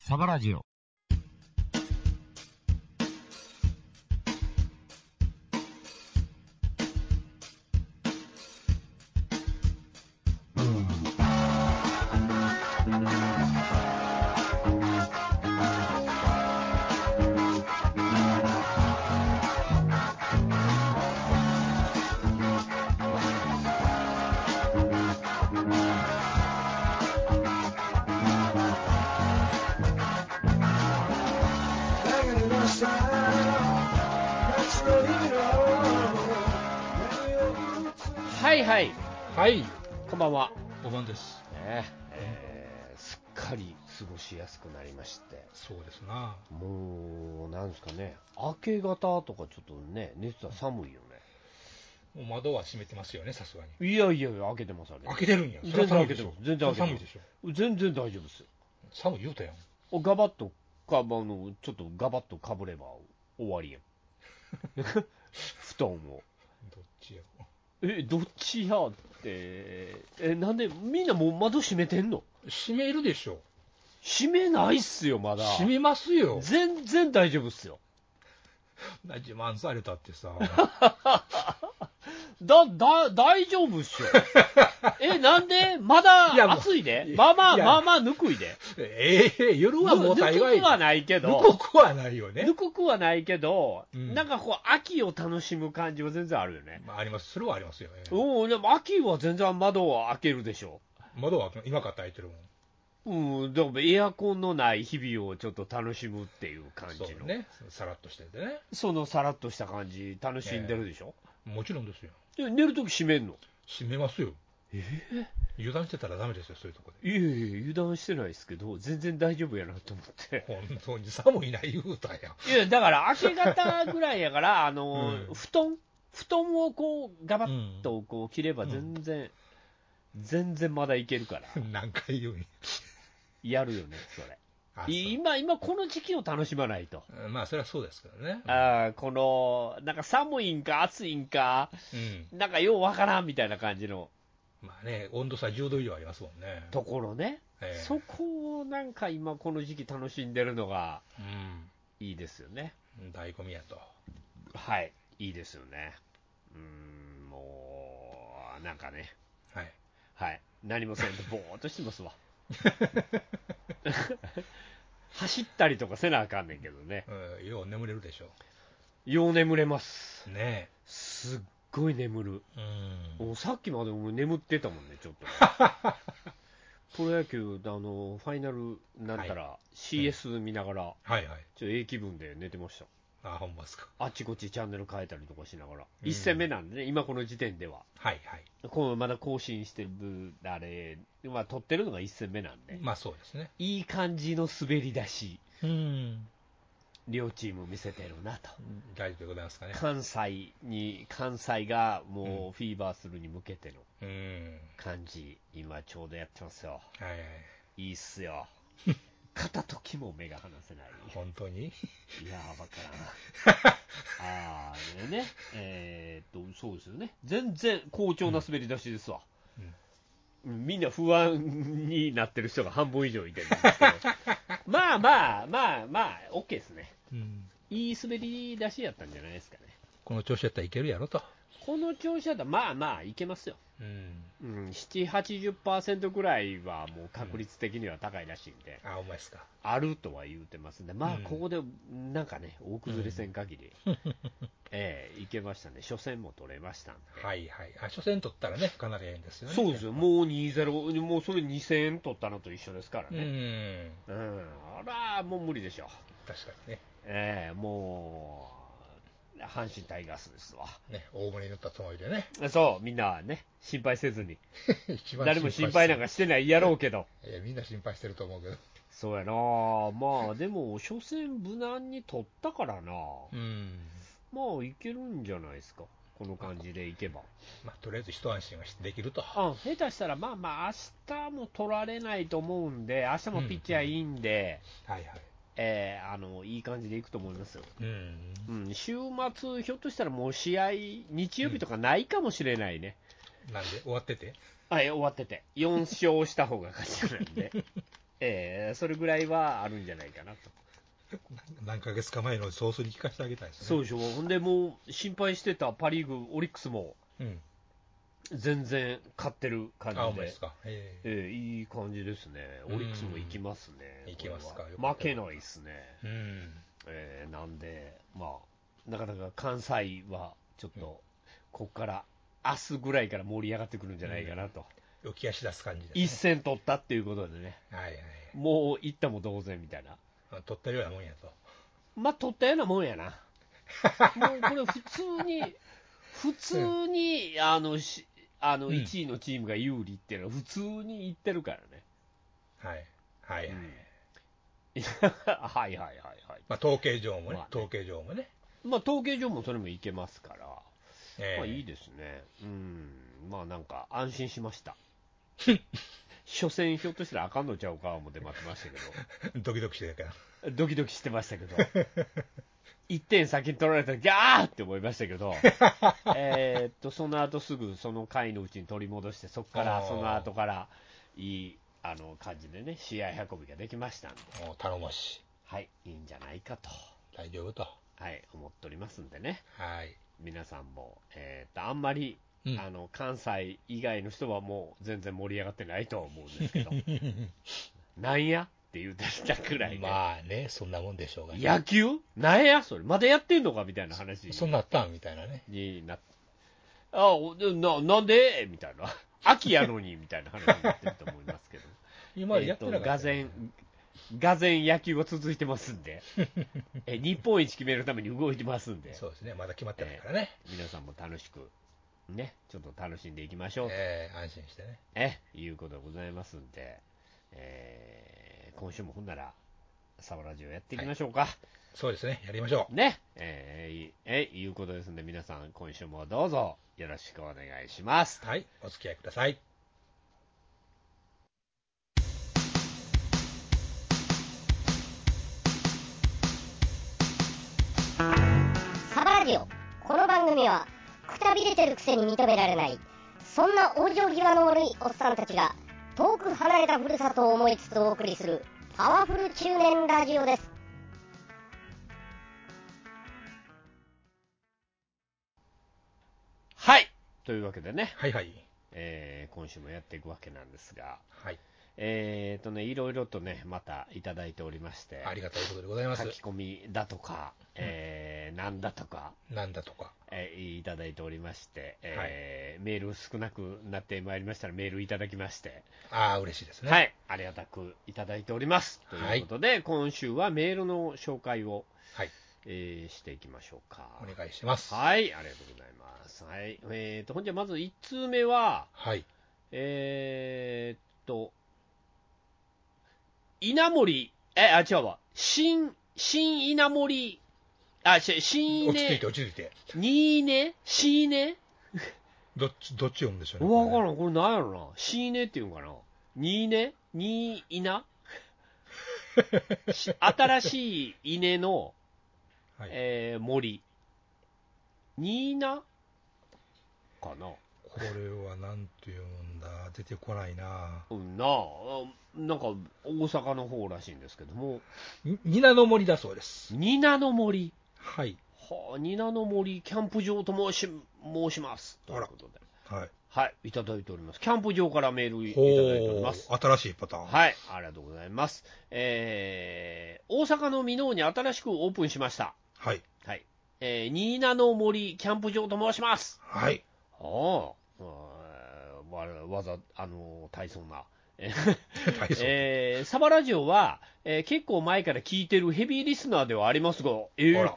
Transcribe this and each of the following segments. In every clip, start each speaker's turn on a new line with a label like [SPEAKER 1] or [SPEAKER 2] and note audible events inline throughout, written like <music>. [SPEAKER 1] サバラジオ。
[SPEAKER 2] はいはい、
[SPEAKER 3] はい、
[SPEAKER 2] こんばんは。
[SPEAKER 3] お晩です。
[SPEAKER 2] ねえーすっかり過ごしやすくなりまして、
[SPEAKER 3] そうですな。
[SPEAKER 2] もう、なんですかね、明け方とかちょっとね、熱は寒いよ
[SPEAKER 3] もう窓は閉めてますよね、さすがに。
[SPEAKER 2] ね。いやいやいや、明けてます、明けて
[SPEAKER 3] 開
[SPEAKER 2] ま
[SPEAKER 3] けてるんや。
[SPEAKER 2] 全
[SPEAKER 3] それ
[SPEAKER 2] 然
[SPEAKER 3] は
[SPEAKER 2] 開
[SPEAKER 3] 寒い
[SPEAKER 2] けて
[SPEAKER 3] でし
[SPEAKER 2] ま
[SPEAKER 3] ょ
[SPEAKER 2] す。。全然開けてます
[SPEAKER 3] 寒いでしょ。
[SPEAKER 2] 全然大丈夫です。
[SPEAKER 3] 寒い言うたやん。
[SPEAKER 2] おガバッと、かばの、ちょっとガバッとかぶれば終わりやん。 <laughs> 布団を。
[SPEAKER 3] どっちやろ。
[SPEAKER 2] え、どっちやって、え、なんで、みんなもう窓閉めてんの
[SPEAKER 3] 閉めるでしょ。
[SPEAKER 2] 閉めないっすよ、まだ。
[SPEAKER 3] 閉めますよ。
[SPEAKER 2] 全然大丈夫っすよ。
[SPEAKER 3] 自慢されたってさ。 <laughs>
[SPEAKER 2] だ、だ、大丈夫っ
[SPEAKER 3] <laughs>
[SPEAKER 2] しょ。え、なんでまだ
[SPEAKER 3] いやもう
[SPEAKER 2] 暑いで
[SPEAKER 3] いや
[SPEAKER 2] まあまあ、
[SPEAKER 3] いや
[SPEAKER 2] まあまあ、ぬくいで。
[SPEAKER 3] ええ夜
[SPEAKER 2] ぬ
[SPEAKER 3] はもう
[SPEAKER 2] ぬ
[SPEAKER 3] 大
[SPEAKER 2] く
[SPEAKER 3] 概。
[SPEAKER 2] くはないけ
[SPEAKER 3] ぬ
[SPEAKER 2] ど、
[SPEAKER 3] くくはないよね
[SPEAKER 2] ぬ。くくはないけど、
[SPEAKER 3] うん
[SPEAKER 2] なんかこう、秋を楽しむ感じは全然あるよね。
[SPEAKER 3] まあ、あります。それはありますよね。
[SPEAKER 2] うん、でも秋は全然窓を開けるでしょ。
[SPEAKER 3] 窓は今から開いてるもん。
[SPEAKER 2] うん、でもエアコンのない日々をちょっと楽しむっていう感じ
[SPEAKER 3] そ
[SPEAKER 2] の、
[SPEAKER 3] うね。さらっとしててね。
[SPEAKER 2] そのさらっとした感じ、楽しんでるでしょ。
[SPEAKER 3] もちろんですよ。
[SPEAKER 2] で寝るとき閉めんの
[SPEAKER 3] 閉めますよ。え油断してたらダメですよ、そういうとこで。
[SPEAKER 2] いやいや、油断してないですけど、全然大丈夫やなと思って。
[SPEAKER 3] 本当に寒いな言うたやん。
[SPEAKER 2] いや、だから、明け方ぐらいや
[SPEAKER 3] <laughs>
[SPEAKER 2] から、あの、
[SPEAKER 3] うん
[SPEAKER 2] 布団、布団をこう、ガバッとこう、切れば
[SPEAKER 3] う
[SPEAKER 2] 全
[SPEAKER 3] ん
[SPEAKER 2] 然、全然まだいけるから、
[SPEAKER 3] <laughs> 何回言うんや
[SPEAKER 2] やるよね、それ。
[SPEAKER 3] あ
[SPEAKER 2] い今、今、この時期を楽しまないと。
[SPEAKER 3] そうまあ、それはそうですからね。
[SPEAKER 2] あーこの、なんか寒いんか暑いんか、
[SPEAKER 3] うん。
[SPEAKER 2] なんかようわからんみたいな感じの
[SPEAKER 3] まあね、温度差10度以上ありますもんね。
[SPEAKER 2] ところね。
[SPEAKER 3] ええ
[SPEAKER 2] そこをなんか今この時期楽しんでるのが
[SPEAKER 3] う
[SPEAKER 2] いいですよね。
[SPEAKER 3] ん。醍醐味やと。
[SPEAKER 2] はい、いいですよね。うーん、もう、なんかね。
[SPEAKER 3] はい。
[SPEAKER 2] はい、何もせんと、ぼーっとしてますわ。
[SPEAKER 3] <laughs>
[SPEAKER 2] 走ったりとかせなあかんねんけどね、
[SPEAKER 3] うん、よう眠れるでしょ
[SPEAKER 2] よう眠れます
[SPEAKER 3] う。、ね
[SPEAKER 2] すっごい眠る、
[SPEAKER 3] え。うん。
[SPEAKER 2] もうさっきまで俺、眠ってたもんね、ちょっ
[SPEAKER 3] <laughs>
[SPEAKER 2] と。プロ野球あの、ファイナルになったら、CS 見ながら、
[SPEAKER 3] はいはい。
[SPEAKER 2] ちょっとええ気分で寝てました、
[SPEAKER 3] あ、ほんまっすか。
[SPEAKER 2] あっちこっちチャンネル変えたりとかしながら、
[SPEAKER 3] うん
[SPEAKER 2] 1戦目なんでね、今この時点では、
[SPEAKER 3] はいはい。
[SPEAKER 2] このまだ更新してる、あれ、まあ、撮ってるのが1戦目なんで、
[SPEAKER 3] まあそうですね。
[SPEAKER 2] いい感じの滑り出し。
[SPEAKER 3] うん。
[SPEAKER 2] 両チーム見せてるなと。
[SPEAKER 3] 大丈夫でございますかね。
[SPEAKER 2] 関西に、関西がもうフィーバーするに向けての
[SPEAKER 3] うん。
[SPEAKER 2] 感じ、今ちょうどやってますよ。
[SPEAKER 3] はいはい。
[SPEAKER 2] いいっす <laughs> よ。片時も目が離せ <laughs> ない。
[SPEAKER 3] 本当に
[SPEAKER 2] いやー、わからん。 <laughs> あー、でね、えーっと、そうですよね。全然好調な滑り出しですわ。うんみんな不安になってる人が半分以上いてるん <laughs> ですけど。まあまあ、まあまあ、OK ですね。
[SPEAKER 3] うん。
[SPEAKER 2] いい滑り出しやったんじゃないですかね。
[SPEAKER 3] この調子やったらいけるやろと。
[SPEAKER 2] この調子だったら、まあまあいけますよ、
[SPEAKER 3] うん。
[SPEAKER 2] うん、7、80%ぐらいはもう確率的には高いらしいんで、
[SPEAKER 3] あ、お前っすか。
[SPEAKER 2] あるとは言うてますんで、まあ
[SPEAKER 3] うん
[SPEAKER 2] ここでなんかね、大崩れせん限り、 <laughs> ええいけましたね、初戦も取れましたんで、
[SPEAKER 3] はいはい。あ、初戦取ったらね、かなりええんですよね。
[SPEAKER 2] そうですよ、もう2-0、もうそれ2000円取ったのと一緒ですから
[SPEAKER 3] う
[SPEAKER 2] ね、
[SPEAKER 3] ん。
[SPEAKER 2] うん、あら、もう無理でしょ、
[SPEAKER 3] 確かにね。
[SPEAKER 2] ええもう、阪神タイガースですわ。
[SPEAKER 3] ね、大盛りになったつもり
[SPEAKER 2] <laughs>
[SPEAKER 3] でね。
[SPEAKER 2] そう、みんなね、心配せずに、
[SPEAKER 3] 一番
[SPEAKER 2] 誰も心配なんかしてないやろうけど。
[SPEAKER 3] いや、みんな心配してると思うけど。
[SPEAKER 2] そうやなあま <laughs> あでも、初戦無難に取ったからな、
[SPEAKER 3] うん。
[SPEAKER 2] まあいけるんじゃないですか、この感じでいけば。
[SPEAKER 3] まあ、とりあえず一安心はできると。
[SPEAKER 2] あ下手したら、まあまあ、明日も取られないと思うんで、明日もピッチャーいいんで、
[SPEAKER 3] はいはい。
[SPEAKER 2] えーあのいい感じでいくと思いますよ。
[SPEAKER 3] うん。
[SPEAKER 2] うん、週末、ひょっとしたらもう試合、日曜日とかないかもしれないね、
[SPEAKER 3] なんで、終わってて。
[SPEAKER 2] <laughs> はい、終わってて、4勝した方が勝ちなんで、ええそれぐらいはあるんじゃないかなと。
[SPEAKER 3] 何ヶ月か前のソースに聞かせてあげたいですね。
[SPEAKER 2] そうでしょう。ほんでもう、心配してたパリーグ、オリックスも
[SPEAKER 3] うん。
[SPEAKER 2] 全然勝ってる感
[SPEAKER 3] あ、お
[SPEAKER 2] じ
[SPEAKER 3] 前
[SPEAKER 2] で
[SPEAKER 3] です。か。ええ
[SPEAKER 2] ええいい感じですね。オリックスも行きますね。
[SPEAKER 3] うん行きますか
[SPEAKER 2] これは
[SPEAKER 3] よかっ
[SPEAKER 2] 負
[SPEAKER 3] た
[SPEAKER 2] けないですね。えーなんで、まあ、なかなか関西はちょっと、
[SPEAKER 3] うん
[SPEAKER 2] ここから明日ぐらいから盛り上がってくるんじゃないかなと、
[SPEAKER 3] うん。浮き足出す感じ
[SPEAKER 2] 一
[SPEAKER 3] です、
[SPEAKER 2] 戦取ったっていうことでね、
[SPEAKER 3] ね。はいはい。
[SPEAKER 2] もう行ったも同然みたいな、
[SPEAKER 3] あ取ったようなもんやと。
[SPEAKER 2] まあ、取ったようなもんや
[SPEAKER 3] <laughs>
[SPEAKER 2] な、もうこれ、普通に、普通に、あのしあの
[SPEAKER 3] うん
[SPEAKER 2] 1位のチームが有利っていうのは、普通に言ってるからね。
[SPEAKER 3] はい。はいはい。
[SPEAKER 2] うんいや <laughs> はいはいはいはい、
[SPEAKER 3] まあ、統計上もね、
[SPEAKER 2] まあね
[SPEAKER 3] 統計上もね。
[SPEAKER 2] まあ、統計上もそれもいけますから、
[SPEAKER 3] ええ
[SPEAKER 2] まあいいですね、うん、まあなんか安心しま
[SPEAKER 3] <laughs>
[SPEAKER 2] した。初戦ひょっとしたらあかんのちゃうか思って待ってましたけ
[SPEAKER 3] ドキドキしてるから。
[SPEAKER 2] ど、
[SPEAKER 3] <laughs>
[SPEAKER 2] ドキドキしてましたけど、1点先に取られたら、ギャーって思いましたけ
[SPEAKER 3] <laughs>
[SPEAKER 2] ど、えーっとその後すぐその回のうちに取り戻して、そこか
[SPEAKER 3] あ
[SPEAKER 2] ら、
[SPEAKER 3] ー
[SPEAKER 2] その後からいいあの感じでね、試合運びができましたんで、
[SPEAKER 3] もう頼もしい。
[SPEAKER 2] はい、いいんじゃないかと、
[SPEAKER 3] 大丈夫と。
[SPEAKER 2] はい、思っておりますんでね、
[SPEAKER 3] はい。
[SPEAKER 2] 皆さんも、えーっとあんまり
[SPEAKER 3] うん
[SPEAKER 2] あの関西以外の人はもう全然盛り上がってないとは思うんです
[SPEAKER 3] <laughs>
[SPEAKER 2] けど、なんやって言うてきたくらいで、
[SPEAKER 3] <laughs> まあね、そんなもんでしょうが、ね、
[SPEAKER 2] 野球なんやそれ、まだやってんのかみたいな話
[SPEAKER 3] そんなあったんみたいなね。
[SPEAKER 2] になって、あおでななんでみたいな、秋やのにみたいな話になってると思いますけど、
[SPEAKER 3] <laughs> 今まで
[SPEAKER 2] え
[SPEAKER 3] や
[SPEAKER 2] ー
[SPEAKER 3] ってなか
[SPEAKER 2] と
[SPEAKER 3] った
[SPEAKER 2] がぜ
[SPEAKER 3] よね、
[SPEAKER 2] ん、がぜん野球が続いてますん
[SPEAKER 3] <laughs>
[SPEAKER 2] で、え日本一決めるために動いてますんで、
[SPEAKER 3] そうですね、まだ決まってないからね。
[SPEAKER 2] 皆さんも楽しく、ね、ちょっと楽しんでいきましょうと。
[SPEAKER 3] ええ安心してね。
[SPEAKER 2] え、いうことでございますんで、えー今週もほんなら、サバラジオやっていきましょうか。
[SPEAKER 3] そうですね、やりましょう。
[SPEAKER 2] ね。えーいえ、いうことですんで、皆さん今週もどうぞよろしくお願いします。
[SPEAKER 3] はい、お付き合いください。
[SPEAKER 1] サバラジオこの番組はくたびれてるくせに認められないそんな往生際の悪いおっさんたちが遠く離れたふるさとを思いつつお送りするパワフル中年ラジオです
[SPEAKER 2] はい。というわけでね、
[SPEAKER 3] はいはい。
[SPEAKER 2] えー今週もやっていくわけなんですが、
[SPEAKER 3] はい。
[SPEAKER 2] えーとね、いろいろとね、またいただいておりまして、
[SPEAKER 3] ありがたいことでございます
[SPEAKER 2] 書。き込みだとか、えーなんだとか、
[SPEAKER 3] なんだとか。
[SPEAKER 2] えーいただいておりまして、えーメール少なくなってまいりましたらメールいただきまして、
[SPEAKER 3] ああ、嬉しいですね。
[SPEAKER 2] はい、ありがたくいただいております。と
[SPEAKER 3] はい
[SPEAKER 2] いうことで、今週はメールの紹介を、
[SPEAKER 3] はい。
[SPEAKER 2] えーしていきましょうか。
[SPEAKER 3] お願いします。はい。
[SPEAKER 2] はい、ありがとうございます。はい、えーと、ほんじゃまず1通目は、えーっと、稲森、え、あ、違うわ、新、新稲森、あ、違う、新
[SPEAKER 3] 落ち着い
[SPEAKER 2] 稲
[SPEAKER 3] て、、落ち着いて。
[SPEAKER 2] 新稲、新稲
[SPEAKER 3] どっち、どっち読むんでしょうね。
[SPEAKER 2] わか
[SPEAKER 3] これね
[SPEAKER 2] らん、これなんやろな。シーネっていうんかな。ニーネニーイ
[SPEAKER 3] <laughs>
[SPEAKER 2] ナし新しい稲の、
[SPEAKER 3] はい。
[SPEAKER 2] えー森。ニーナかな。
[SPEAKER 3] これはなんて読むんだ。出てこないな。
[SPEAKER 2] うんなあ、うんなんか大阪の方らしいんですけども、
[SPEAKER 3] にニナの森だそうです。
[SPEAKER 2] ニナの森。
[SPEAKER 3] はい。
[SPEAKER 2] はあ、ニナの森キャンプ場と申し申します。と
[SPEAKER 3] あ
[SPEAKER 2] い
[SPEAKER 3] ら
[SPEAKER 2] うことで。
[SPEAKER 3] はい。
[SPEAKER 2] はい、いただいております。キャンプ場からメールいただいており
[SPEAKER 3] ほ
[SPEAKER 2] ま
[SPEAKER 3] う
[SPEAKER 2] す。
[SPEAKER 3] 新しいパターン。
[SPEAKER 2] はい、ありがとうございます。えー、大阪の箕面に新しくオープンしました。
[SPEAKER 3] はい。
[SPEAKER 2] はい。えー、新名の森キャンプ場と申します。
[SPEAKER 3] はい。
[SPEAKER 2] あ
[SPEAKER 3] <laughs>
[SPEAKER 2] あ、わわざ、あの、大層な。
[SPEAKER 3] 大層。
[SPEAKER 2] えー、サバラジオは、えー結構前から聞いてるヘビーリスナーではありますが、えー
[SPEAKER 3] あら。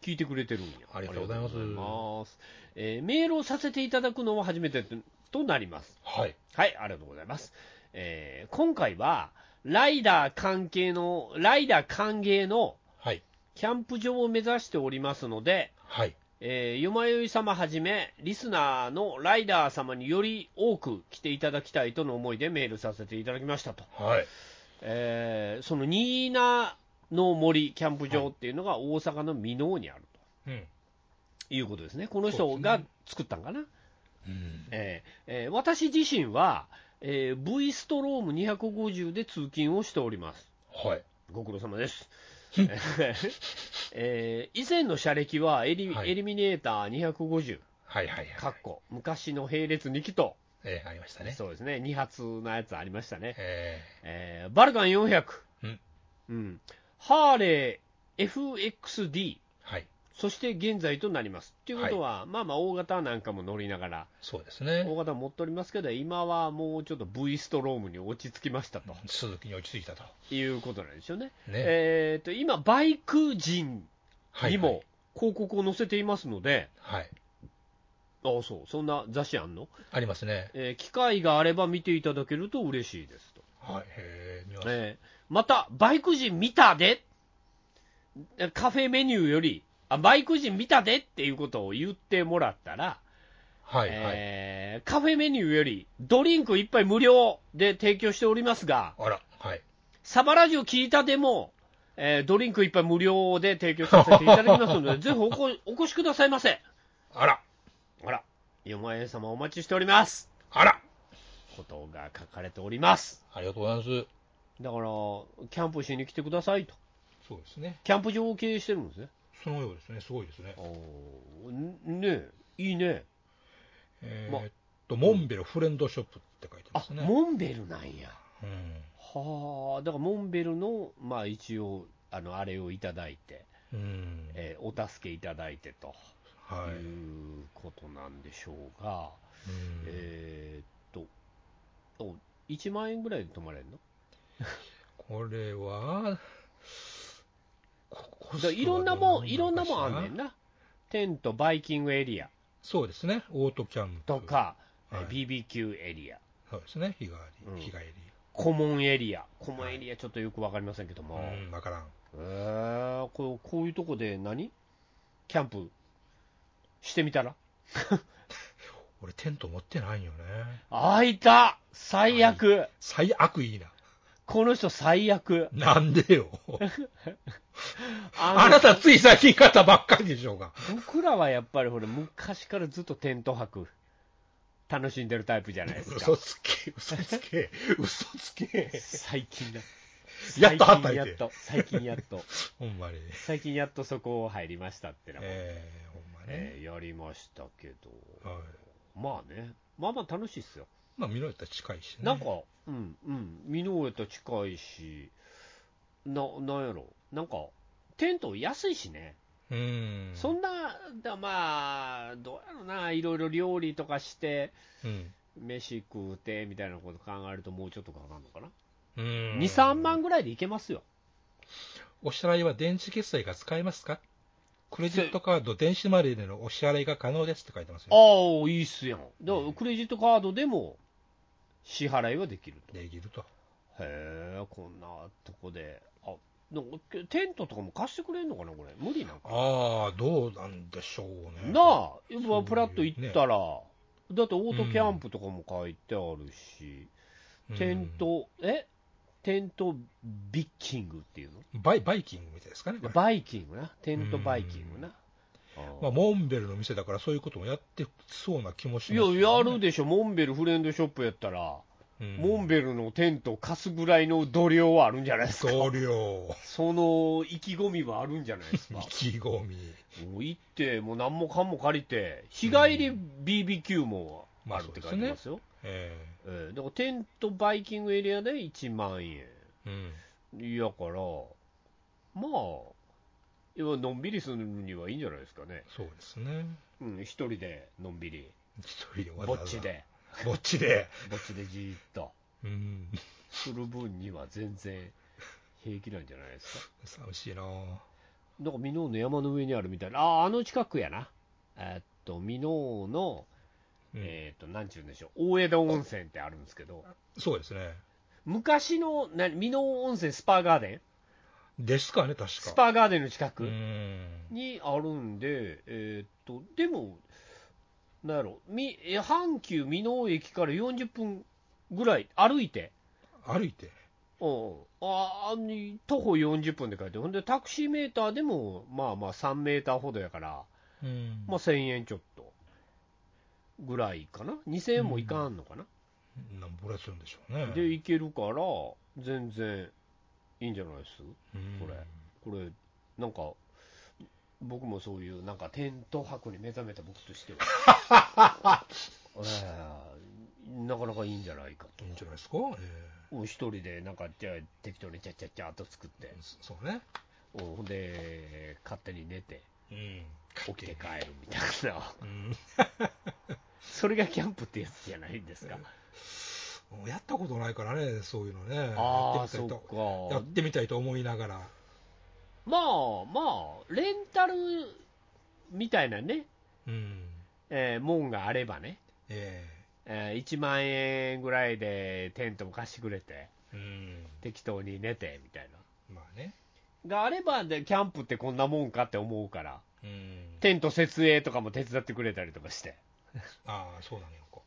[SPEAKER 2] 聞いてくれてるんや。
[SPEAKER 3] ありがとうございます
[SPEAKER 2] ありがとうございますえーメールをさせていただくのは初めてとなります。
[SPEAKER 3] はい。
[SPEAKER 2] はい、ありがとうございます。えー今回は、ライダー関係の、ライダー歓迎の
[SPEAKER 3] はい。
[SPEAKER 2] キャンプ場を目指しておりますので、
[SPEAKER 3] はい。
[SPEAKER 2] えー、よまよい様はじめ、リスナーのライダー様により多く来ていただきたいとの思いでメールさせていただきましたと。
[SPEAKER 3] はい。
[SPEAKER 2] えーその新名の森キャンプ場っていうのが大阪の箕面にある
[SPEAKER 3] うん。
[SPEAKER 2] ということですね。この
[SPEAKER 3] そ
[SPEAKER 2] 人
[SPEAKER 3] うですね
[SPEAKER 2] が作ったんかな。
[SPEAKER 3] うん。
[SPEAKER 2] えーえー私自身は、えー V ストローム250で通勤をしております。
[SPEAKER 3] はい。
[SPEAKER 2] ご苦労様
[SPEAKER 3] <laughs>
[SPEAKER 2] です。えー以前の車歴はエリ,、
[SPEAKER 3] はい
[SPEAKER 2] エリミネーター250、
[SPEAKER 3] はいはい
[SPEAKER 2] か
[SPEAKER 3] はい
[SPEAKER 2] っ。こ昔の並列2機と、
[SPEAKER 3] えー、ありましたね。
[SPEAKER 2] そうですね、2発のやつありましたね、
[SPEAKER 3] え
[SPEAKER 2] えーバルカン400、
[SPEAKER 3] うん
[SPEAKER 2] うんハーレー FXD、
[SPEAKER 3] ー、はい。
[SPEAKER 2] そして現在となります。ということは、まあまあ大型なんかも乗りながら、
[SPEAKER 3] そうですね
[SPEAKER 2] 大。型持っておりますけど、今はもうちょっと V ストロームに落ち着きました
[SPEAKER 3] <laughs>
[SPEAKER 2] と
[SPEAKER 3] 鈴木に落ち着いたと。
[SPEAKER 2] いうことなんですよね。
[SPEAKER 3] ね。
[SPEAKER 2] えー、と今、バイク人
[SPEAKER 3] はい
[SPEAKER 2] に
[SPEAKER 3] はい
[SPEAKER 2] も広告を載せていますので、
[SPEAKER 3] はい。
[SPEAKER 2] ああそう、そんな雑誌あんの、
[SPEAKER 3] ありますね。
[SPEAKER 2] えー機会があれば見ていただけると嬉しいですと、
[SPEAKER 3] はい。えー、見ます。
[SPEAKER 2] えーまた、バイク人見たで、カフェメニューより、あバイク人見たでっていうことを言ってもらったら、
[SPEAKER 3] はいはい。
[SPEAKER 2] えーカフェメニューよりドリンク一杯無料で提供しておりますが、
[SPEAKER 3] あら、はい。
[SPEAKER 2] サバラジオ聞いたでも、えードリンク一杯無料で提供させていただきますの
[SPEAKER 3] <laughs>
[SPEAKER 2] で、ぜひおこお越しくださいませ。
[SPEAKER 3] あら、
[SPEAKER 2] あら、よもや様お待ちしております。
[SPEAKER 3] あら、
[SPEAKER 2] ことが書かれております。
[SPEAKER 3] ありがとうございます。
[SPEAKER 2] だから、キャンプしに来てくださいと。
[SPEAKER 3] そうですね。
[SPEAKER 2] キャンプ場を経営してるんですね。
[SPEAKER 3] そのようですね。すごいですね。
[SPEAKER 2] おーんねえ、いいね。
[SPEAKER 3] え
[SPEAKER 2] ま
[SPEAKER 3] ー、っと、モンベルフレンドショップって書いてま
[SPEAKER 2] あ
[SPEAKER 3] す、ね。
[SPEAKER 2] モンベルなんや。
[SPEAKER 3] うん。
[SPEAKER 2] はあ、だからモンベルの、まあ一応、あの、あれをいただいて、
[SPEAKER 3] うん。
[SPEAKER 2] えーお助けいただいてと
[SPEAKER 3] はい。
[SPEAKER 2] い
[SPEAKER 3] うん
[SPEAKER 2] うことなんでしょうが、えーっとお、1万円ぐらいで泊まれるの
[SPEAKER 3] これは、
[SPEAKER 2] だから
[SPEAKER 3] こコストはい
[SPEAKER 2] ろんなもん、いろんなもんあ
[SPEAKER 3] どうん
[SPEAKER 2] ねん
[SPEAKER 3] のかし
[SPEAKER 2] な。テント、バイキングエリア
[SPEAKER 3] そうですね。オートキャンプ。
[SPEAKER 2] と。か、え
[SPEAKER 3] はい
[SPEAKER 2] BBQ エリア、
[SPEAKER 3] そうですね。日替わ
[SPEAKER 2] うん
[SPEAKER 3] り、日帰り。
[SPEAKER 2] コモンエリア、コモンエリアちょっとよくわかりませんけど
[SPEAKER 3] う
[SPEAKER 2] も、
[SPEAKER 3] ん、わからん。
[SPEAKER 2] えーこうこういうとこで何キャンプしてみたら <laughs>
[SPEAKER 3] 俺、テント持ってないんよね。
[SPEAKER 2] あいた最悪、
[SPEAKER 3] 最悪いいな。
[SPEAKER 2] この人最悪
[SPEAKER 3] なん
[SPEAKER 2] <laughs>
[SPEAKER 3] でよ。
[SPEAKER 2] あの
[SPEAKER 3] あなた、つい最近買ったばっかりでしょうが。
[SPEAKER 2] 僕らはやっぱりほら昔からずっとテント泊楽しんでるタイプじゃ
[SPEAKER 3] <laughs>
[SPEAKER 2] ないです
[SPEAKER 3] 嘘
[SPEAKER 2] か
[SPEAKER 3] つけ、嘘つけ、嘘つ
[SPEAKER 2] <laughs>
[SPEAKER 3] け。
[SPEAKER 2] 最近だ
[SPEAKER 3] やっと
[SPEAKER 2] 最
[SPEAKER 3] 働
[SPEAKER 2] 近
[SPEAKER 3] い
[SPEAKER 2] や
[SPEAKER 3] て
[SPEAKER 2] っと最近やっと
[SPEAKER 3] ほんまに。
[SPEAKER 2] 最近やっとそこを入りましたってな、
[SPEAKER 3] ええほんまね。
[SPEAKER 2] えーやりましたけど
[SPEAKER 3] はい。
[SPEAKER 2] まあねまあまあ楽しいっすよ
[SPEAKER 3] まあ、見られたら近いしね。
[SPEAKER 2] なんか、うん、うん、美濃へと近いし、な、なんやろ、なんか、テント安いしね、
[SPEAKER 3] うん。
[SPEAKER 2] そんな、だまあ、どうやろな、いろいろ料理とかして、
[SPEAKER 3] うん。
[SPEAKER 2] 飯食うてみたいなこと考えると、もうちょっとかかるのかな、
[SPEAKER 3] う
[SPEAKER 2] 2、
[SPEAKER 3] ん。
[SPEAKER 2] 3万ぐらいでいけますよ、
[SPEAKER 3] お支払いは電子決済が使えますかクレジットカード、電子マネーでのお支払いが可能ですって書いてます
[SPEAKER 2] あ
[SPEAKER 3] よ。
[SPEAKER 2] あ、いいっすやん、だからクレジットカードでも支払いはできると、
[SPEAKER 3] できると。
[SPEAKER 2] へえ、こんなとこで、あなんかテントとかも貸してくれんのかな、これ、無理なんかな
[SPEAKER 3] ああ、どうなんでしょうね。
[SPEAKER 2] なあ、
[SPEAKER 3] そうね
[SPEAKER 2] プラッと行ったら、だってオートキャンプとかも書いてあるし、
[SPEAKER 3] うん
[SPEAKER 2] テント、えテントビッキングっていうの
[SPEAKER 3] バイ。バイキングみたいですかね。これ
[SPEAKER 2] バイキングな、テントバイキングな。
[SPEAKER 3] まあ、
[SPEAKER 2] あ
[SPEAKER 3] モンベルの店だからそういうこともやってそうな気もし
[SPEAKER 2] い
[SPEAKER 3] ますよね
[SPEAKER 2] や、やるでしょ、モンベルフレンドショップやったら、
[SPEAKER 3] うん
[SPEAKER 2] モンベルのテント貸すぐらいの度量はあるんじゃないですか。
[SPEAKER 3] 同
[SPEAKER 2] <laughs>
[SPEAKER 3] 僚、
[SPEAKER 2] その意気込みはあるんじゃないです <laughs> か
[SPEAKER 3] 意。気込み、
[SPEAKER 2] もう行って、もう何もかんも借りて、日帰り BBQ もあるって書いて
[SPEAKER 3] まあそう
[SPEAKER 2] ま
[SPEAKER 3] です
[SPEAKER 2] よ。
[SPEAKER 3] え
[SPEAKER 2] えーだからテントバイキングエリアで1万円
[SPEAKER 3] えうん、
[SPEAKER 2] やからまあ今のんびりするにはいいんじゃないですかね、
[SPEAKER 3] そうですね、
[SPEAKER 2] うん、一人でのんびり
[SPEAKER 3] 一人でわざ
[SPEAKER 2] ぼ
[SPEAKER 3] わざ
[SPEAKER 2] っち、で
[SPEAKER 3] ぼっちで、
[SPEAKER 2] ぼっちでじーっと
[SPEAKER 3] うん、
[SPEAKER 2] する分には全然平気なんじゃないですか
[SPEAKER 3] 寂しいな、
[SPEAKER 2] なんか箕面の山の上にあるみたいなあああの近くやなえーっと箕面の、
[SPEAKER 3] うん
[SPEAKER 2] えーっとなんちゅうんでしょう大江戸温泉ってあるんですけど
[SPEAKER 3] そうですね、
[SPEAKER 2] 昔のな箕面温泉スパガーデン
[SPEAKER 3] ですかね、確か、
[SPEAKER 2] スパガーデンの近く、
[SPEAKER 3] うん、
[SPEAKER 2] にあるんで、えーっとでも、なんやろみ、え阪急箕面駅から40分ぐらい歩いて、
[SPEAKER 3] 歩いて、
[SPEAKER 2] うん、ああに徒歩40分で書いて、ほんでタクシーメーターでも、まあまあ3メーターほどやから、
[SPEAKER 3] うん
[SPEAKER 2] まあ、1000円ちょっとぐらいかな、2000円もいかんのかな、
[SPEAKER 3] なんぼらするんでしょうね。
[SPEAKER 2] で、いけるから、全然いいんじゃないです
[SPEAKER 3] うん
[SPEAKER 2] これこれ、なんか、僕もそういう、なんか、テント泊に目覚めた僕としては、
[SPEAKER 3] <laughs>
[SPEAKER 2] えーなかなかいいんじゃないかと
[SPEAKER 3] いいんじゃないですか、え。
[SPEAKER 2] もう一人で、なんか、じゃあ適当にちゃっちゃっちゃっと作って
[SPEAKER 3] え、そそうね。
[SPEAKER 2] うんほんで、勝手に寝て、
[SPEAKER 3] うん。
[SPEAKER 2] 起きて帰るみたい
[SPEAKER 3] <laughs>
[SPEAKER 2] な、
[SPEAKER 3] うん。
[SPEAKER 2] それがキャンプってやつじゃないんですか。
[SPEAKER 3] もうやったことないからね、そういうのね。
[SPEAKER 2] あ
[SPEAKER 3] や
[SPEAKER 2] あ、
[SPEAKER 3] って
[SPEAKER 2] そ
[SPEAKER 3] みた
[SPEAKER 2] っ
[SPEAKER 3] い
[SPEAKER 2] か
[SPEAKER 3] と。やってみたいと思いながら。
[SPEAKER 2] まあまあ、レンタルみたいなね、
[SPEAKER 3] うん。
[SPEAKER 2] えー、もんがあればね、
[SPEAKER 3] え
[SPEAKER 2] えー1万円ぐらいでテントも貸してくれて、
[SPEAKER 3] えうん。
[SPEAKER 2] 適当に寝てみたい
[SPEAKER 3] まあね。
[SPEAKER 2] な。があればで、キャンプってこんなもんかって思うから、
[SPEAKER 3] うん。
[SPEAKER 2] テント設営とかも手伝ってくれたりとかして。
[SPEAKER 3] ああ、そうだね、こ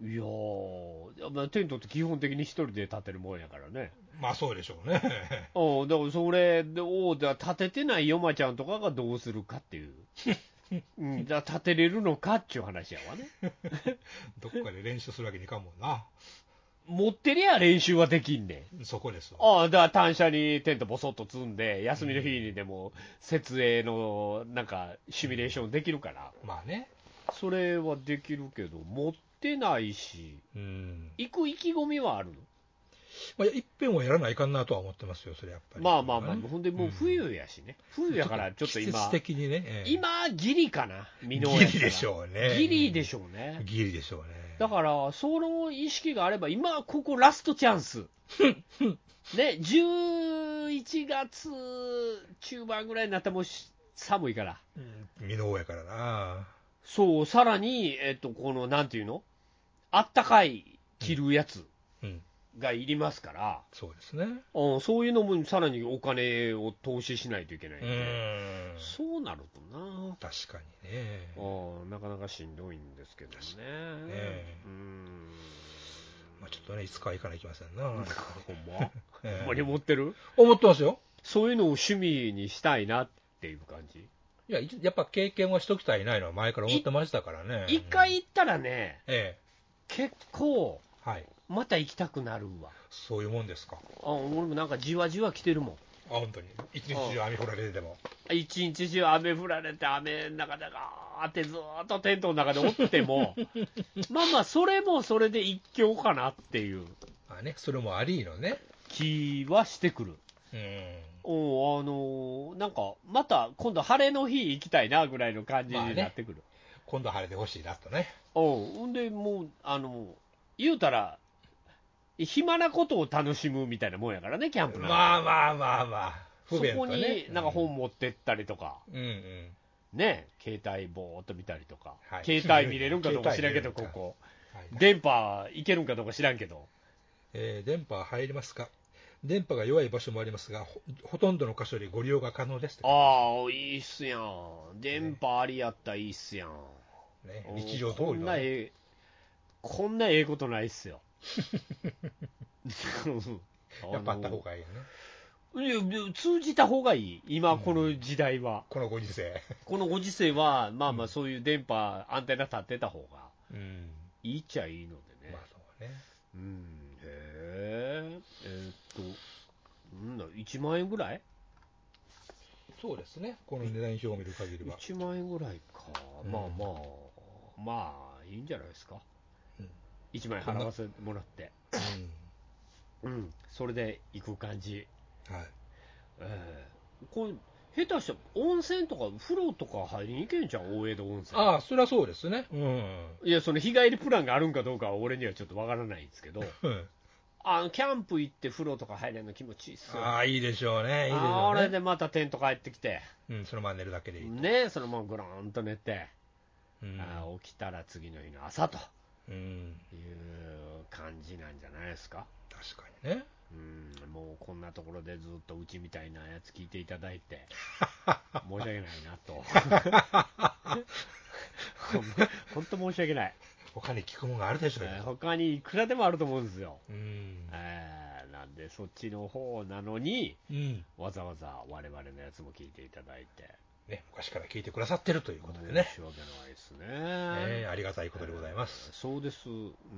[SPEAKER 2] いやー、やっぱテントって基本的に一人で建てるもんやからね。
[SPEAKER 3] うまあそうでしょうね。 <laughs>
[SPEAKER 2] おだからそれをだから建ててないヨマちゃんとかがどうするかっていう。うん、だから建てれるのかっていう話やわね。
[SPEAKER 3] どっかで練習するわけにいかんもんな。
[SPEAKER 2] 持ってりゃ練習はできんねん。
[SPEAKER 3] そこです。
[SPEAKER 2] ああ、だから単車にテントボソッと積んで、休みの日にでも設営のなんかシミュレーションできるから、
[SPEAKER 3] まあね。
[SPEAKER 2] それはできるけど、持ってないし、
[SPEAKER 3] うん。
[SPEAKER 2] 行く意気込みはあるの、
[SPEAKER 3] まあ、いっぺんはやらないかんなとは思ってますよ、それやっぱり。
[SPEAKER 2] まあまあまあ、
[SPEAKER 3] ね
[SPEAKER 2] ほんでもう冬やしね、冬やからちょっと
[SPEAKER 3] 季節
[SPEAKER 2] 今、
[SPEAKER 3] 的にね。ええ
[SPEAKER 2] 今、ギリかな、未納や
[SPEAKER 3] <laughs> ギ
[SPEAKER 2] から
[SPEAKER 3] リでしょうね。
[SPEAKER 2] ギリでしょうね。
[SPEAKER 3] ギリでしょうね。
[SPEAKER 2] だから、その意識があれば、今、ここラストチャンス。ね、11月中盤ぐらいになったらもうし寒いから。
[SPEAKER 3] 身の方やからな。
[SPEAKER 2] そう、さらに、えっと、この、なんていうのあったかい着るやつ
[SPEAKER 3] うん。
[SPEAKER 2] がいりますから、
[SPEAKER 3] そうですね。
[SPEAKER 2] うん、そういうのもさらにお金を投資しないといけないん
[SPEAKER 3] う
[SPEAKER 2] で、
[SPEAKER 3] ん。
[SPEAKER 2] そうなるとな。
[SPEAKER 3] 確かにね。
[SPEAKER 2] うんなかなかしんどいんですけどね。
[SPEAKER 3] ね
[SPEAKER 2] うん。
[SPEAKER 3] まあ、ちょっとね、いつかは行かないといけませんな。
[SPEAKER 2] ほんま
[SPEAKER 3] え
[SPEAKER 2] <laughs> ほんまに
[SPEAKER 3] え
[SPEAKER 2] 持ってる
[SPEAKER 3] 思ってますよ。
[SPEAKER 2] そういうのを趣味にしたいなっていう感じ。
[SPEAKER 3] いや、一やっぱ経験はしときたいないのは前から思ってましたからね。
[SPEAKER 2] 一回行ったらね、
[SPEAKER 3] ええ。
[SPEAKER 2] 結構、
[SPEAKER 3] はい。
[SPEAKER 2] また行きたくなるわ。
[SPEAKER 3] そういうもんですか。
[SPEAKER 2] あ俺もなんかじわじわ来てるもん。
[SPEAKER 3] あ、本当に。一日中網掘られてでも。
[SPEAKER 2] 一日中雨降られて、雨の中でガーってずーっとテントの中でおって <laughs> も、まあまあ、それもそれで一興かなっていう
[SPEAKER 3] あね、それもありのね。
[SPEAKER 2] 気はしてくる。
[SPEAKER 3] うん。
[SPEAKER 2] おうあのーなんか、また今度晴れの日行きたいなぐらいの感じになってくる。
[SPEAKER 3] 今度晴れてほしいなとね。
[SPEAKER 2] おうほんで、もう、あの、言うたら、暇なことを楽しむみたいなもんやからね、キャンプなんか
[SPEAKER 3] まあまあまあまあ。不
[SPEAKER 2] そ
[SPEAKER 3] 便
[SPEAKER 2] こと
[SPEAKER 3] ね
[SPEAKER 2] に。なんか本持ってったりとか、
[SPEAKER 3] うんうん。
[SPEAKER 2] ね、携帯ぼーっと見たりとか、
[SPEAKER 3] はい
[SPEAKER 2] 携帯見れるんかどうか知らんけど、こ
[SPEAKER 3] <laughs> 携帯見れるんか
[SPEAKER 2] こ、電
[SPEAKER 3] はい
[SPEAKER 2] 波いけるんかどうか知らんけど、
[SPEAKER 3] えー電波は入りますか電波が弱い場所もありますが、ほほとんどの箇所でご利用が可能ですって書いて
[SPEAKER 2] ああ、いいっすやん、電波ありやったらいいっすやん、
[SPEAKER 3] ますね、日常通り
[SPEAKER 2] こん
[SPEAKER 3] の
[SPEAKER 2] なえ
[SPEAKER 3] ね、
[SPEAKER 2] え、こんなええことないっす
[SPEAKER 3] <laughs>
[SPEAKER 2] よ。 <laughs>
[SPEAKER 3] やっぱあった方がいいよね、
[SPEAKER 2] いやいや通じた方がいい、今、この時代は、
[SPEAKER 3] このご時世。
[SPEAKER 2] このご時世は、まあまあ、そういう電波、アンテナ立ってた方が
[SPEAKER 3] <laughs> うん、
[SPEAKER 2] いいっちゃいいのでね。
[SPEAKER 3] まあそうね、
[SPEAKER 2] うん、へえ、えーっと、なんだ、1万円ぐらい
[SPEAKER 3] そうですね、この値段表を見る限りは。
[SPEAKER 2] ?1 万円ぐらいか、
[SPEAKER 3] うん
[SPEAKER 2] まあまあ、まあ、いいんじゃないですか、
[SPEAKER 3] うん
[SPEAKER 2] 1万円払わせてもらって、うん、それで行く感じ、
[SPEAKER 3] うんはい、
[SPEAKER 2] ええこれ、下手したら温泉とか、風呂とか入りに行けんじゃん、大江戸温泉。
[SPEAKER 3] ああ、それはそうですね、うん、
[SPEAKER 2] いや、その日帰りプランがあるんかどうかは、俺にはちょっとわからないんですけど、
[SPEAKER 3] うん
[SPEAKER 2] あのキャンプ行って風呂とか入れるの気持ちいいっすよ。
[SPEAKER 3] ああ、いいでしょうね、いいでし
[SPEAKER 2] あ
[SPEAKER 3] ょ
[SPEAKER 2] れ
[SPEAKER 3] うね、
[SPEAKER 2] でまたテント帰ってきて。
[SPEAKER 3] うん、そのまま寝るだけでいい、うん
[SPEAKER 2] ね、そのままぐらーんと寝て、
[SPEAKER 3] うん
[SPEAKER 2] あー起きたら次の日の朝と
[SPEAKER 3] うん、
[SPEAKER 2] いう感じなんじゃないですか。
[SPEAKER 3] 確かにね、
[SPEAKER 2] うん、もうこんなところでずっとうちみたいなやつ聞いていただい
[SPEAKER 3] <laughs>
[SPEAKER 2] て、申し訳ないなと。
[SPEAKER 3] <laughs>
[SPEAKER 2] 本当申し訳ない、
[SPEAKER 3] 他に聞くものがあるでしょうよ、
[SPEAKER 2] えー他にいくらでもあると思うんですよ。
[SPEAKER 3] うん、
[SPEAKER 2] えーなんでそっちの方なのに、
[SPEAKER 3] うん、
[SPEAKER 2] わざわざ我々のやつも聞いていただいて、
[SPEAKER 3] ね、昔から聞いてくださってるということでね、
[SPEAKER 2] 申し訳ないですね。
[SPEAKER 3] ねありがたいことでございます。
[SPEAKER 2] そうです。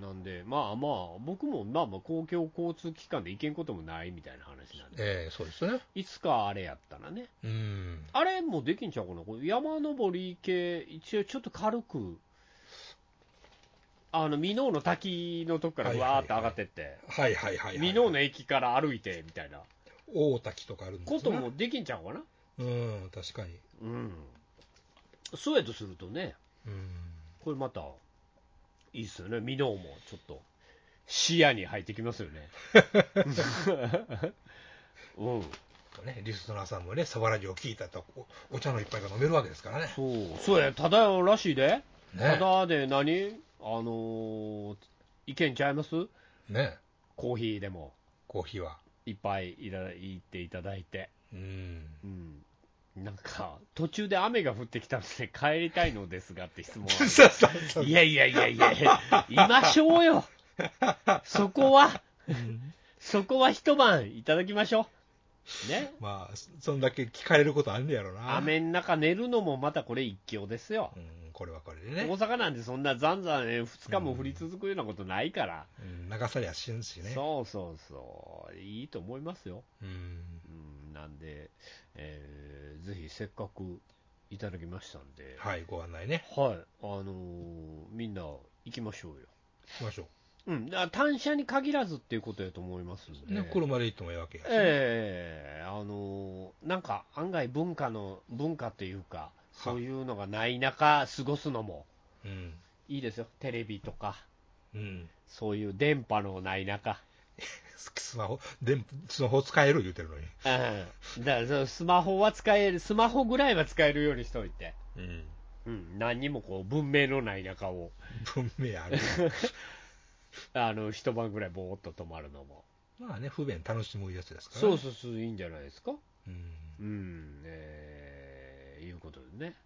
[SPEAKER 2] なんで、まあまあ、僕もまあまあ公共交通機関で行けんこともないみたいな話なんで、
[SPEAKER 3] ええそうですね。
[SPEAKER 2] いつかあれやったらね、
[SPEAKER 3] うん。
[SPEAKER 2] あれもできんちゃうかな、これ山登り系、一応ちょっと軽く、あの、箕面の滝のとこから
[SPEAKER 3] はいはいはい
[SPEAKER 2] わーっと上がってって、
[SPEAKER 3] はいはいはい、はい。
[SPEAKER 2] 箕面の駅から歩いてみたいな
[SPEAKER 3] 大滝とかあるんですね
[SPEAKER 2] こともできんちゃうかな。
[SPEAKER 3] うん、確かに。
[SPEAKER 2] うん。そうやとするとね、
[SPEAKER 3] うん。
[SPEAKER 2] これまた、いいっすよね、箕面もちょっと、視野に入ってきますよね。うん、
[SPEAKER 3] ね、リスナーさんもね、サバラジオを聞いたとお、お茶の一杯が飲めるわけですからね。
[SPEAKER 2] そう、そうや、ただらしいで、た
[SPEAKER 3] ね。
[SPEAKER 2] だで何、あのー、いけんちゃいます
[SPEAKER 3] ね。
[SPEAKER 2] コーヒーでも、
[SPEAKER 3] コーヒーは。
[SPEAKER 2] いっぱいいらいっていただいて、
[SPEAKER 3] うん。
[SPEAKER 2] うん、なんか、途中で雨が降ってきたので、帰りたいのですがって質問ある
[SPEAKER 3] <laughs> そうそうそう。
[SPEAKER 2] いやいやいやいや、いましょうよ、そこは、そこは一晩いただきましょう。ね、
[SPEAKER 3] まあ、そんだけ聞かれることあんねやろな。
[SPEAKER 2] 雨の中寝るのもまたこれ一興ですよ。
[SPEAKER 3] うん、これはこれで
[SPEAKER 2] 大
[SPEAKER 3] ね。
[SPEAKER 2] 阪なんてそんなざんざん2日も降り続くようなことないから、
[SPEAKER 3] うん、流されやしんしね。
[SPEAKER 2] そうそうそう、いいと思いますよ。
[SPEAKER 3] うん。
[SPEAKER 2] うん、なんで、えーぜひせっかくいただきましたんで、
[SPEAKER 3] はい、ご案内ね。
[SPEAKER 2] はい、あのーみんな行きましょうよ。
[SPEAKER 3] 行きましょ
[SPEAKER 2] うん、だから単車に限らずっていうことやと思いますん
[SPEAKER 3] う。
[SPEAKER 2] で。
[SPEAKER 3] ね、車で行ってもいいわけやし。
[SPEAKER 2] ええあのーなんか案外文化の、文化というか、そういうのがない中、過ごすのも
[SPEAKER 3] うん。
[SPEAKER 2] いいですよ、テレビとか、
[SPEAKER 3] うん。
[SPEAKER 2] そういう電波のない中、
[SPEAKER 3] スマホ、電スマホ使える言うてるのに。
[SPEAKER 2] うん、だからそのスマホは使える、スマホぐらいは使えるようにしといて、
[SPEAKER 3] うん。
[SPEAKER 2] うん、何にもこう文明のない中を、
[SPEAKER 3] 文明ある。 <laughs>
[SPEAKER 2] あの一晩ぐらいぼーっと泊まるのも、
[SPEAKER 3] まあね、不便楽しむやつですから、
[SPEAKER 2] そ
[SPEAKER 3] ね。
[SPEAKER 2] うそうそう、いいんじゃないですか。
[SPEAKER 3] う。うん。
[SPEAKER 2] うん、えー、いうことでね、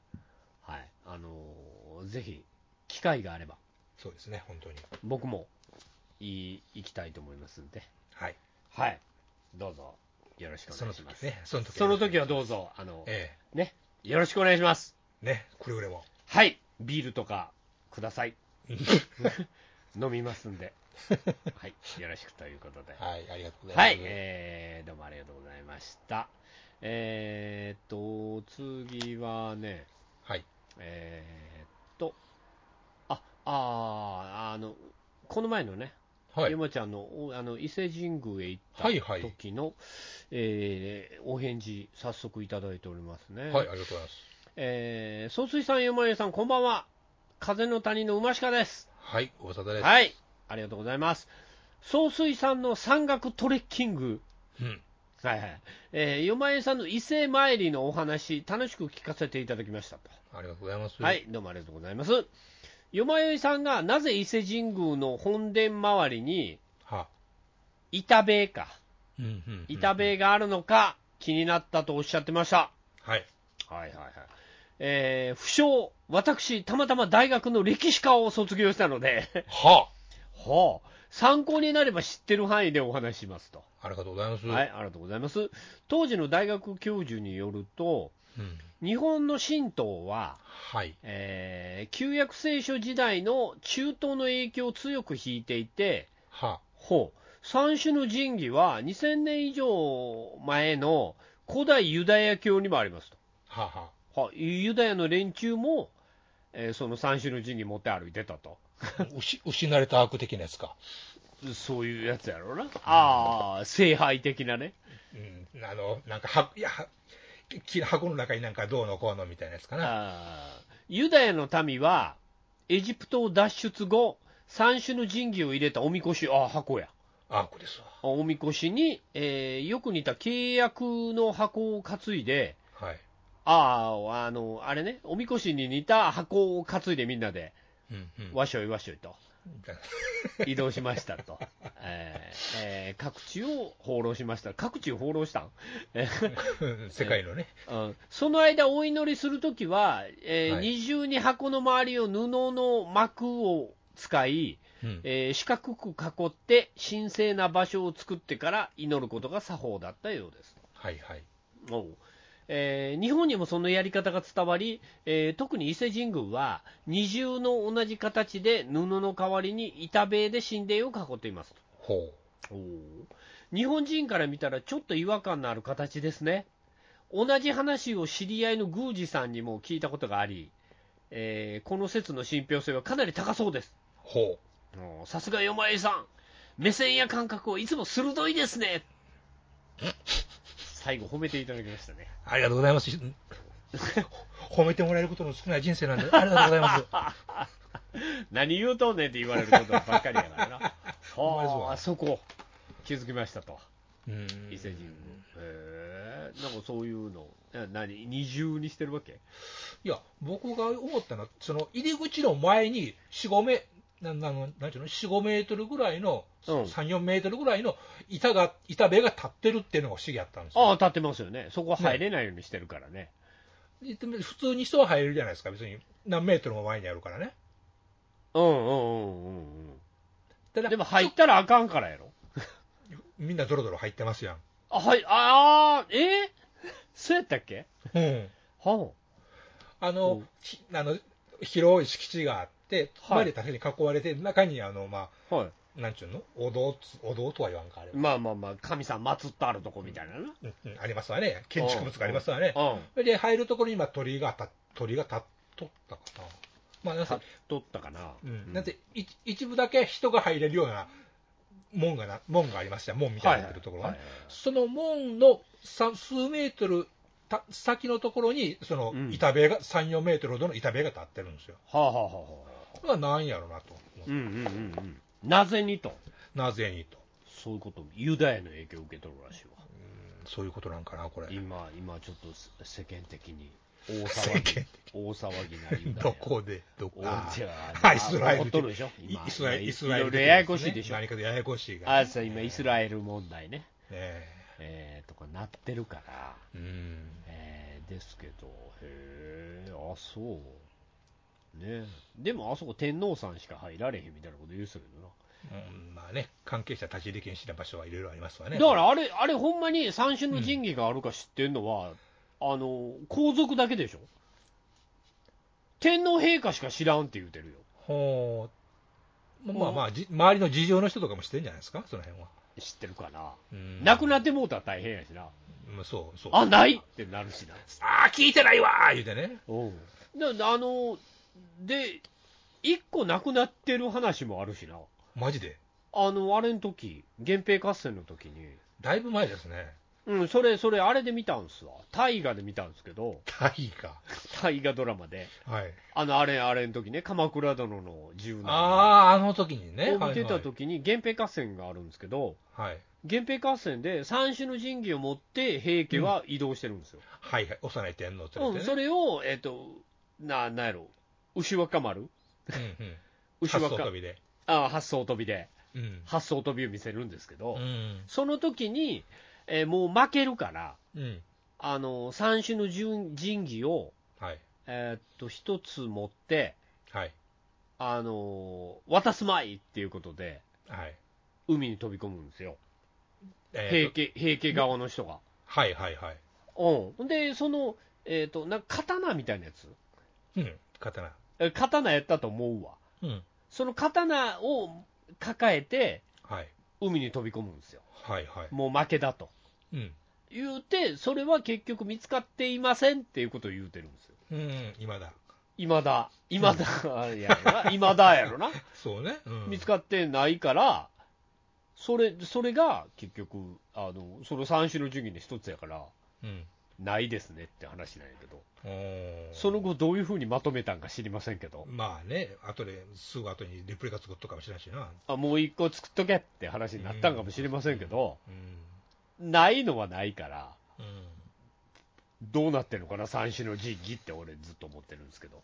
[SPEAKER 2] はい、あのーぜひ、機会があれば、
[SPEAKER 3] そうですね、本当に。
[SPEAKER 2] 僕もい行きたいと思いますんで、
[SPEAKER 3] はい。
[SPEAKER 2] はい、どうぞよろしくお願
[SPEAKER 3] その
[SPEAKER 2] いし
[SPEAKER 3] 時
[SPEAKER 2] ます。
[SPEAKER 3] ね、その時。
[SPEAKER 2] その時はどうぞ、あの、
[SPEAKER 3] え
[SPEAKER 2] ね、よろしくお願いします。
[SPEAKER 3] えね、くれぐ
[SPEAKER 2] <laughs>
[SPEAKER 3] れも。
[SPEAKER 2] はい、ビールとかください。飲みますんで、はい、よろしくということで。
[SPEAKER 3] はい、ありがとうござ
[SPEAKER 2] はいい、
[SPEAKER 3] ます。
[SPEAKER 2] えー、どうもありがとうございました。えー、っと、次はね、
[SPEAKER 3] はい。
[SPEAKER 2] えー、っと、あ、あー、あの、この前のね、
[SPEAKER 3] はい。
[SPEAKER 2] 山ちゃんのおあの伊勢神宮へ行った
[SPEAKER 3] はいはい
[SPEAKER 2] 時の、えーお返事、早速いただいておりますね。
[SPEAKER 3] はい、ありがとうございます。
[SPEAKER 2] えー総帥さん、山家さん、こんばんは。風の谷の馬鹿です。
[SPEAKER 3] はい、大沙汰です。い。
[SPEAKER 2] はい、ありがとうございます。総帥さんの山岳トレッキング、
[SPEAKER 3] うん。
[SPEAKER 2] はいはいえー、よまえさんの伊勢参りのお話、楽しく聞かせていただきましたと。
[SPEAKER 3] ありがとうございます。
[SPEAKER 2] はい、どうもありがとうございます。よまよいさんがなぜ伊勢神宮の本殿周りに
[SPEAKER 3] は。
[SPEAKER 2] 板塀か、
[SPEAKER 3] うん、うん。
[SPEAKER 2] 板塀があるのか気になったとおっしゃってました。
[SPEAKER 3] はい。
[SPEAKER 2] はいはいはい。えー、不詳、私、たまたま大学の歴史科を卒業したので、
[SPEAKER 3] は
[SPEAKER 2] <laughs> はあ、参考になれば知ってる範囲でお話ししますと。
[SPEAKER 3] あ。ありがとうございます。
[SPEAKER 2] はい、。ありがとうございます。当時の大学教授によると、
[SPEAKER 3] うん。
[SPEAKER 2] 日本の神道は、
[SPEAKER 3] はい。
[SPEAKER 2] えー旧約聖書時代の中東の影響を強く引いていて、
[SPEAKER 3] は。
[SPEAKER 2] ほう三種の神器は2000年以上前の古代ユダヤ教にもあります
[SPEAKER 3] はは。 <laughs>
[SPEAKER 2] と、はユダヤの連中も、えーその三種の神器持って歩いてたと、
[SPEAKER 3] うし失われた悪的なやつか。
[SPEAKER 2] そういうやつやろうな、ああ、聖杯的なね、
[SPEAKER 3] うん。あの、なんか、は、いや、はき箱の中になんかどうのこうのみたいなやつかな。
[SPEAKER 2] あーユダヤの民はエジプトを脱出後、三種の神器を入れたおみこし、ああ、箱や。
[SPEAKER 3] あ、これですわ。
[SPEAKER 2] おみこしに、えーよく似た契約の箱を担いで、
[SPEAKER 3] はい。
[SPEAKER 2] ああ、あの、あれね、おみこしに似た箱を担いでみんなで、
[SPEAKER 3] うん、うん。
[SPEAKER 2] わしょいわしょいと、
[SPEAKER 3] みたいな
[SPEAKER 2] 移動しました
[SPEAKER 3] <laughs>
[SPEAKER 2] と、えーえー各地を放浪しました。各地を放浪したん、 <laughs> え
[SPEAKER 3] うん <laughs> 世界のね。
[SPEAKER 2] ーうんその間、お祈りするときは、えー
[SPEAKER 3] はい
[SPEAKER 2] 二重に箱の周りを布の膜を使い、
[SPEAKER 3] うん
[SPEAKER 2] えー四角く囲って神聖な場所を作ってから祈ることが作法だったようです。
[SPEAKER 3] はいはい。
[SPEAKER 2] おうえー日本にもそのやり方が伝わり、えー特に伊勢神宮は二重の同じ形で布の代わりに板塀で神殿を囲っています
[SPEAKER 3] ほ
[SPEAKER 2] おー日本人から見たらちょっと違和感のある形ですね同じ話を知り合いの宮司さんにも聞いたことがあり、えーこの説の信憑性はかなり高そうです
[SPEAKER 3] う。ほ
[SPEAKER 2] おーさすがよまえさん目線や感覚をいつも鋭いです <laughs> ね最後褒めていただきましたね
[SPEAKER 3] う。ありがとうございます。褒めてもらえることの少ない人生なんで、ありがとうござ
[SPEAKER 2] <laughs>
[SPEAKER 3] います。
[SPEAKER 2] 何言うとんねんって言われることばっかりやから <laughs> な
[SPEAKER 3] ほんまです
[SPEAKER 2] は
[SPEAKER 3] わ
[SPEAKER 2] ああそこ気づきましたと
[SPEAKER 3] うん
[SPEAKER 2] 伊勢神宮へえなんかそういうのえ何二重にしてるわけ
[SPEAKER 3] いや、僕が思ったのは、その入り口の前に4、5メなななんていうの、4、5メートルぐらいの、
[SPEAKER 2] うん
[SPEAKER 3] 3、4メートルぐらいの板が、板塀が立ってるっていうのが不思議やったんですよ。
[SPEAKER 2] ああ立ってますよねそこ入れないようにしてるからね
[SPEAKER 3] ででも普通に人は入れるじゃないですか、別に何メートルも前にあるからね。
[SPEAKER 2] うんうんうんうん
[SPEAKER 3] た
[SPEAKER 2] う
[SPEAKER 3] だ
[SPEAKER 2] んでも入ったらあかんからやろ
[SPEAKER 3] みんなドロドロ入ってますやん。
[SPEAKER 2] あはいああえー、そうやったっけ
[SPEAKER 3] うん、
[SPEAKER 2] は
[SPEAKER 3] あ
[SPEAKER 2] う
[SPEAKER 3] の
[SPEAKER 2] ん、
[SPEAKER 3] ひあの広い敷地があって、
[SPEAKER 2] はい
[SPEAKER 3] 周りだけに囲われて、中にあの、ま
[SPEAKER 2] あはい
[SPEAKER 3] あ、なんちゅうの、お堂つ、お堂とは言わんか、あれは。
[SPEAKER 2] まあまあまあ神さん祀ってあるとこみたいなな
[SPEAKER 3] うんうんありますわね、建築物がありますわね。
[SPEAKER 2] うん
[SPEAKER 3] それで入るところに今鳥居がた鳥居が立っとったかな。まあ、なん
[SPEAKER 2] 立っ
[SPEAKER 3] せ、
[SPEAKER 2] とったかな、
[SPEAKER 3] うん、なんせ一一部だけ人が入れるような門がな門がありましたよ門みたいになってるところは、
[SPEAKER 2] はいはいはい
[SPEAKER 3] その門のさ数メートルた先のところにその
[SPEAKER 2] うん
[SPEAKER 3] 板塀が、3、4メートルほどの板塀が立ってるんですよ。
[SPEAKER 2] はあはあはあはあ
[SPEAKER 3] これは何やろうなと、
[SPEAKER 2] うんうんうんうんなぜにと
[SPEAKER 3] なぜにと、
[SPEAKER 2] そういうことユダヤの影響を受け取るらしいわ
[SPEAKER 3] そういうことなんかな、これ。
[SPEAKER 2] 今今ちょっとせ世間的に大騒
[SPEAKER 3] 世間
[SPEAKER 2] ぎ
[SPEAKER 3] 的
[SPEAKER 2] 大騒ぎなユダヤ
[SPEAKER 3] どこで、どこ
[SPEAKER 2] あ
[SPEAKER 3] あ
[SPEAKER 2] じゃあ
[SPEAKER 3] あイスラエ
[SPEAKER 2] 怒
[SPEAKER 3] ル
[SPEAKER 2] っとるでしょ
[SPEAKER 3] イ
[SPEAKER 2] 今
[SPEAKER 3] イスラエル、イスラエル
[SPEAKER 2] いろいろややこしいでしょ
[SPEAKER 3] 何かでややこしいが、
[SPEAKER 2] あそう今イスラエル問題ね
[SPEAKER 3] ね
[SPEAKER 2] えー、とかなってるから
[SPEAKER 3] えうん
[SPEAKER 2] えーですけど、へえ、あ、そう。ねでもあそこ天皇さんしか入られへんみたいなこと言うっすけどな。
[SPEAKER 3] うんまあね、関係者立ち入り禁止な場所はいろいろありますわね。
[SPEAKER 2] だからあれ、あれほんまに三種の神器があるか知ってんのは、あの、皇族だけでしょ天皇陛下しか知らんって言うてるよ。
[SPEAKER 3] ほうまあまあ、じ周りの事情の人とかもしてるんじゃないですか、その辺は。
[SPEAKER 2] 知ってるかな。
[SPEAKER 3] うん
[SPEAKER 2] 亡くなってもうたら大変やしな。
[SPEAKER 3] まあそうそう。
[SPEAKER 2] あ、ないってなるしな。
[SPEAKER 3] あー聞いてないわー言うてね。
[SPEAKER 2] うん。だあの、で、一個亡くなってる話もあるしな。
[SPEAKER 3] マジで。
[SPEAKER 2] あの、あれの時、源平合戦の時に、
[SPEAKER 3] だいぶ前ですね。
[SPEAKER 2] うん、それ、それ、あれで見たんすわ。大河で見たんですけど、
[SPEAKER 3] 大河。
[SPEAKER 2] 大河ドラマで、
[SPEAKER 3] はい。
[SPEAKER 2] あの、あれ、あれの時ね、鎌倉殿の十男
[SPEAKER 3] ああ、あの時にね。
[SPEAKER 2] を見てた時に、源平合戦があるんですけど、
[SPEAKER 3] はいはい。
[SPEAKER 2] 源平合戦で三種の神器を持って平家は移動してるんですよ。
[SPEAKER 3] はいはい。幼い天皇
[SPEAKER 2] う
[SPEAKER 3] 連
[SPEAKER 2] ん
[SPEAKER 3] れて
[SPEAKER 2] そ
[SPEAKER 3] ね。
[SPEAKER 2] れを、えっ、と、な、なんやろ、牛若丸
[SPEAKER 3] うんうん。
[SPEAKER 2] 牛
[SPEAKER 3] 発想
[SPEAKER 2] 若
[SPEAKER 3] 飛びで。
[SPEAKER 2] あ八層飛びで、
[SPEAKER 3] うん。
[SPEAKER 2] 八層飛びを見せるんですけど、
[SPEAKER 3] うん。
[SPEAKER 2] その時に、えーもう負けるから、
[SPEAKER 3] うん。
[SPEAKER 2] あの三種の神神器を、
[SPEAKER 3] はい。
[SPEAKER 2] えーっと一つ持って、
[SPEAKER 3] はい。
[SPEAKER 2] あの渡すまいっていうことで、
[SPEAKER 3] はい。
[SPEAKER 2] 海に飛び込むんですよ、
[SPEAKER 3] えー
[SPEAKER 2] 平
[SPEAKER 3] と
[SPEAKER 2] 家平家側の人が。
[SPEAKER 3] はいはいはい。
[SPEAKER 2] うん、で、その、えーっとなんか刀みたいなやつ
[SPEAKER 3] うん。刀。
[SPEAKER 2] え、刀やったと思うわ、
[SPEAKER 3] うん。
[SPEAKER 2] その刀を抱えて、
[SPEAKER 3] はい。
[SPEAKER 2] 海に飛び込むんですよ、
[SPEAKER 3] はいはい。
[SPEAKER 2] もう負けだと。
[SPEAKER 3] うん。
[SPEAKER 2] 言うて、それは結局見つかっていませんっていうことを言うてるんですよ。
[SPEAKER 3] うん。今だ。
[SPEAKER 2] 今だ、今だ、やろな、今だやろな。
[SPEAKER 3] そうね。うん
[SPEAKER 2] 見つかってないから、それそれが結局、あのその三種の神器の一つやから、
[SPEAKER 3] うん。
[SPEAKER 2] ないですねって話なんやけど、
[SPEAKER 3] おー
[SPEAKER 2] その後、どういうふうにまとめたんか知りませんけど、
[SPEAKER 3] まあね、後ですぐ後にレプリカ作っとくかもしれないしな。
[SPEAKER 2] あもう一個作っとけって話になったんかもしれませんけど、
[SPEAKER 3] うん。
[SPEAKER 2] ないのはないから、
[SPEAKER 3] うん。
[SPEAKER 2] どうなってるのかな、三種の神器って、俺、ずっと思ってるんですけど、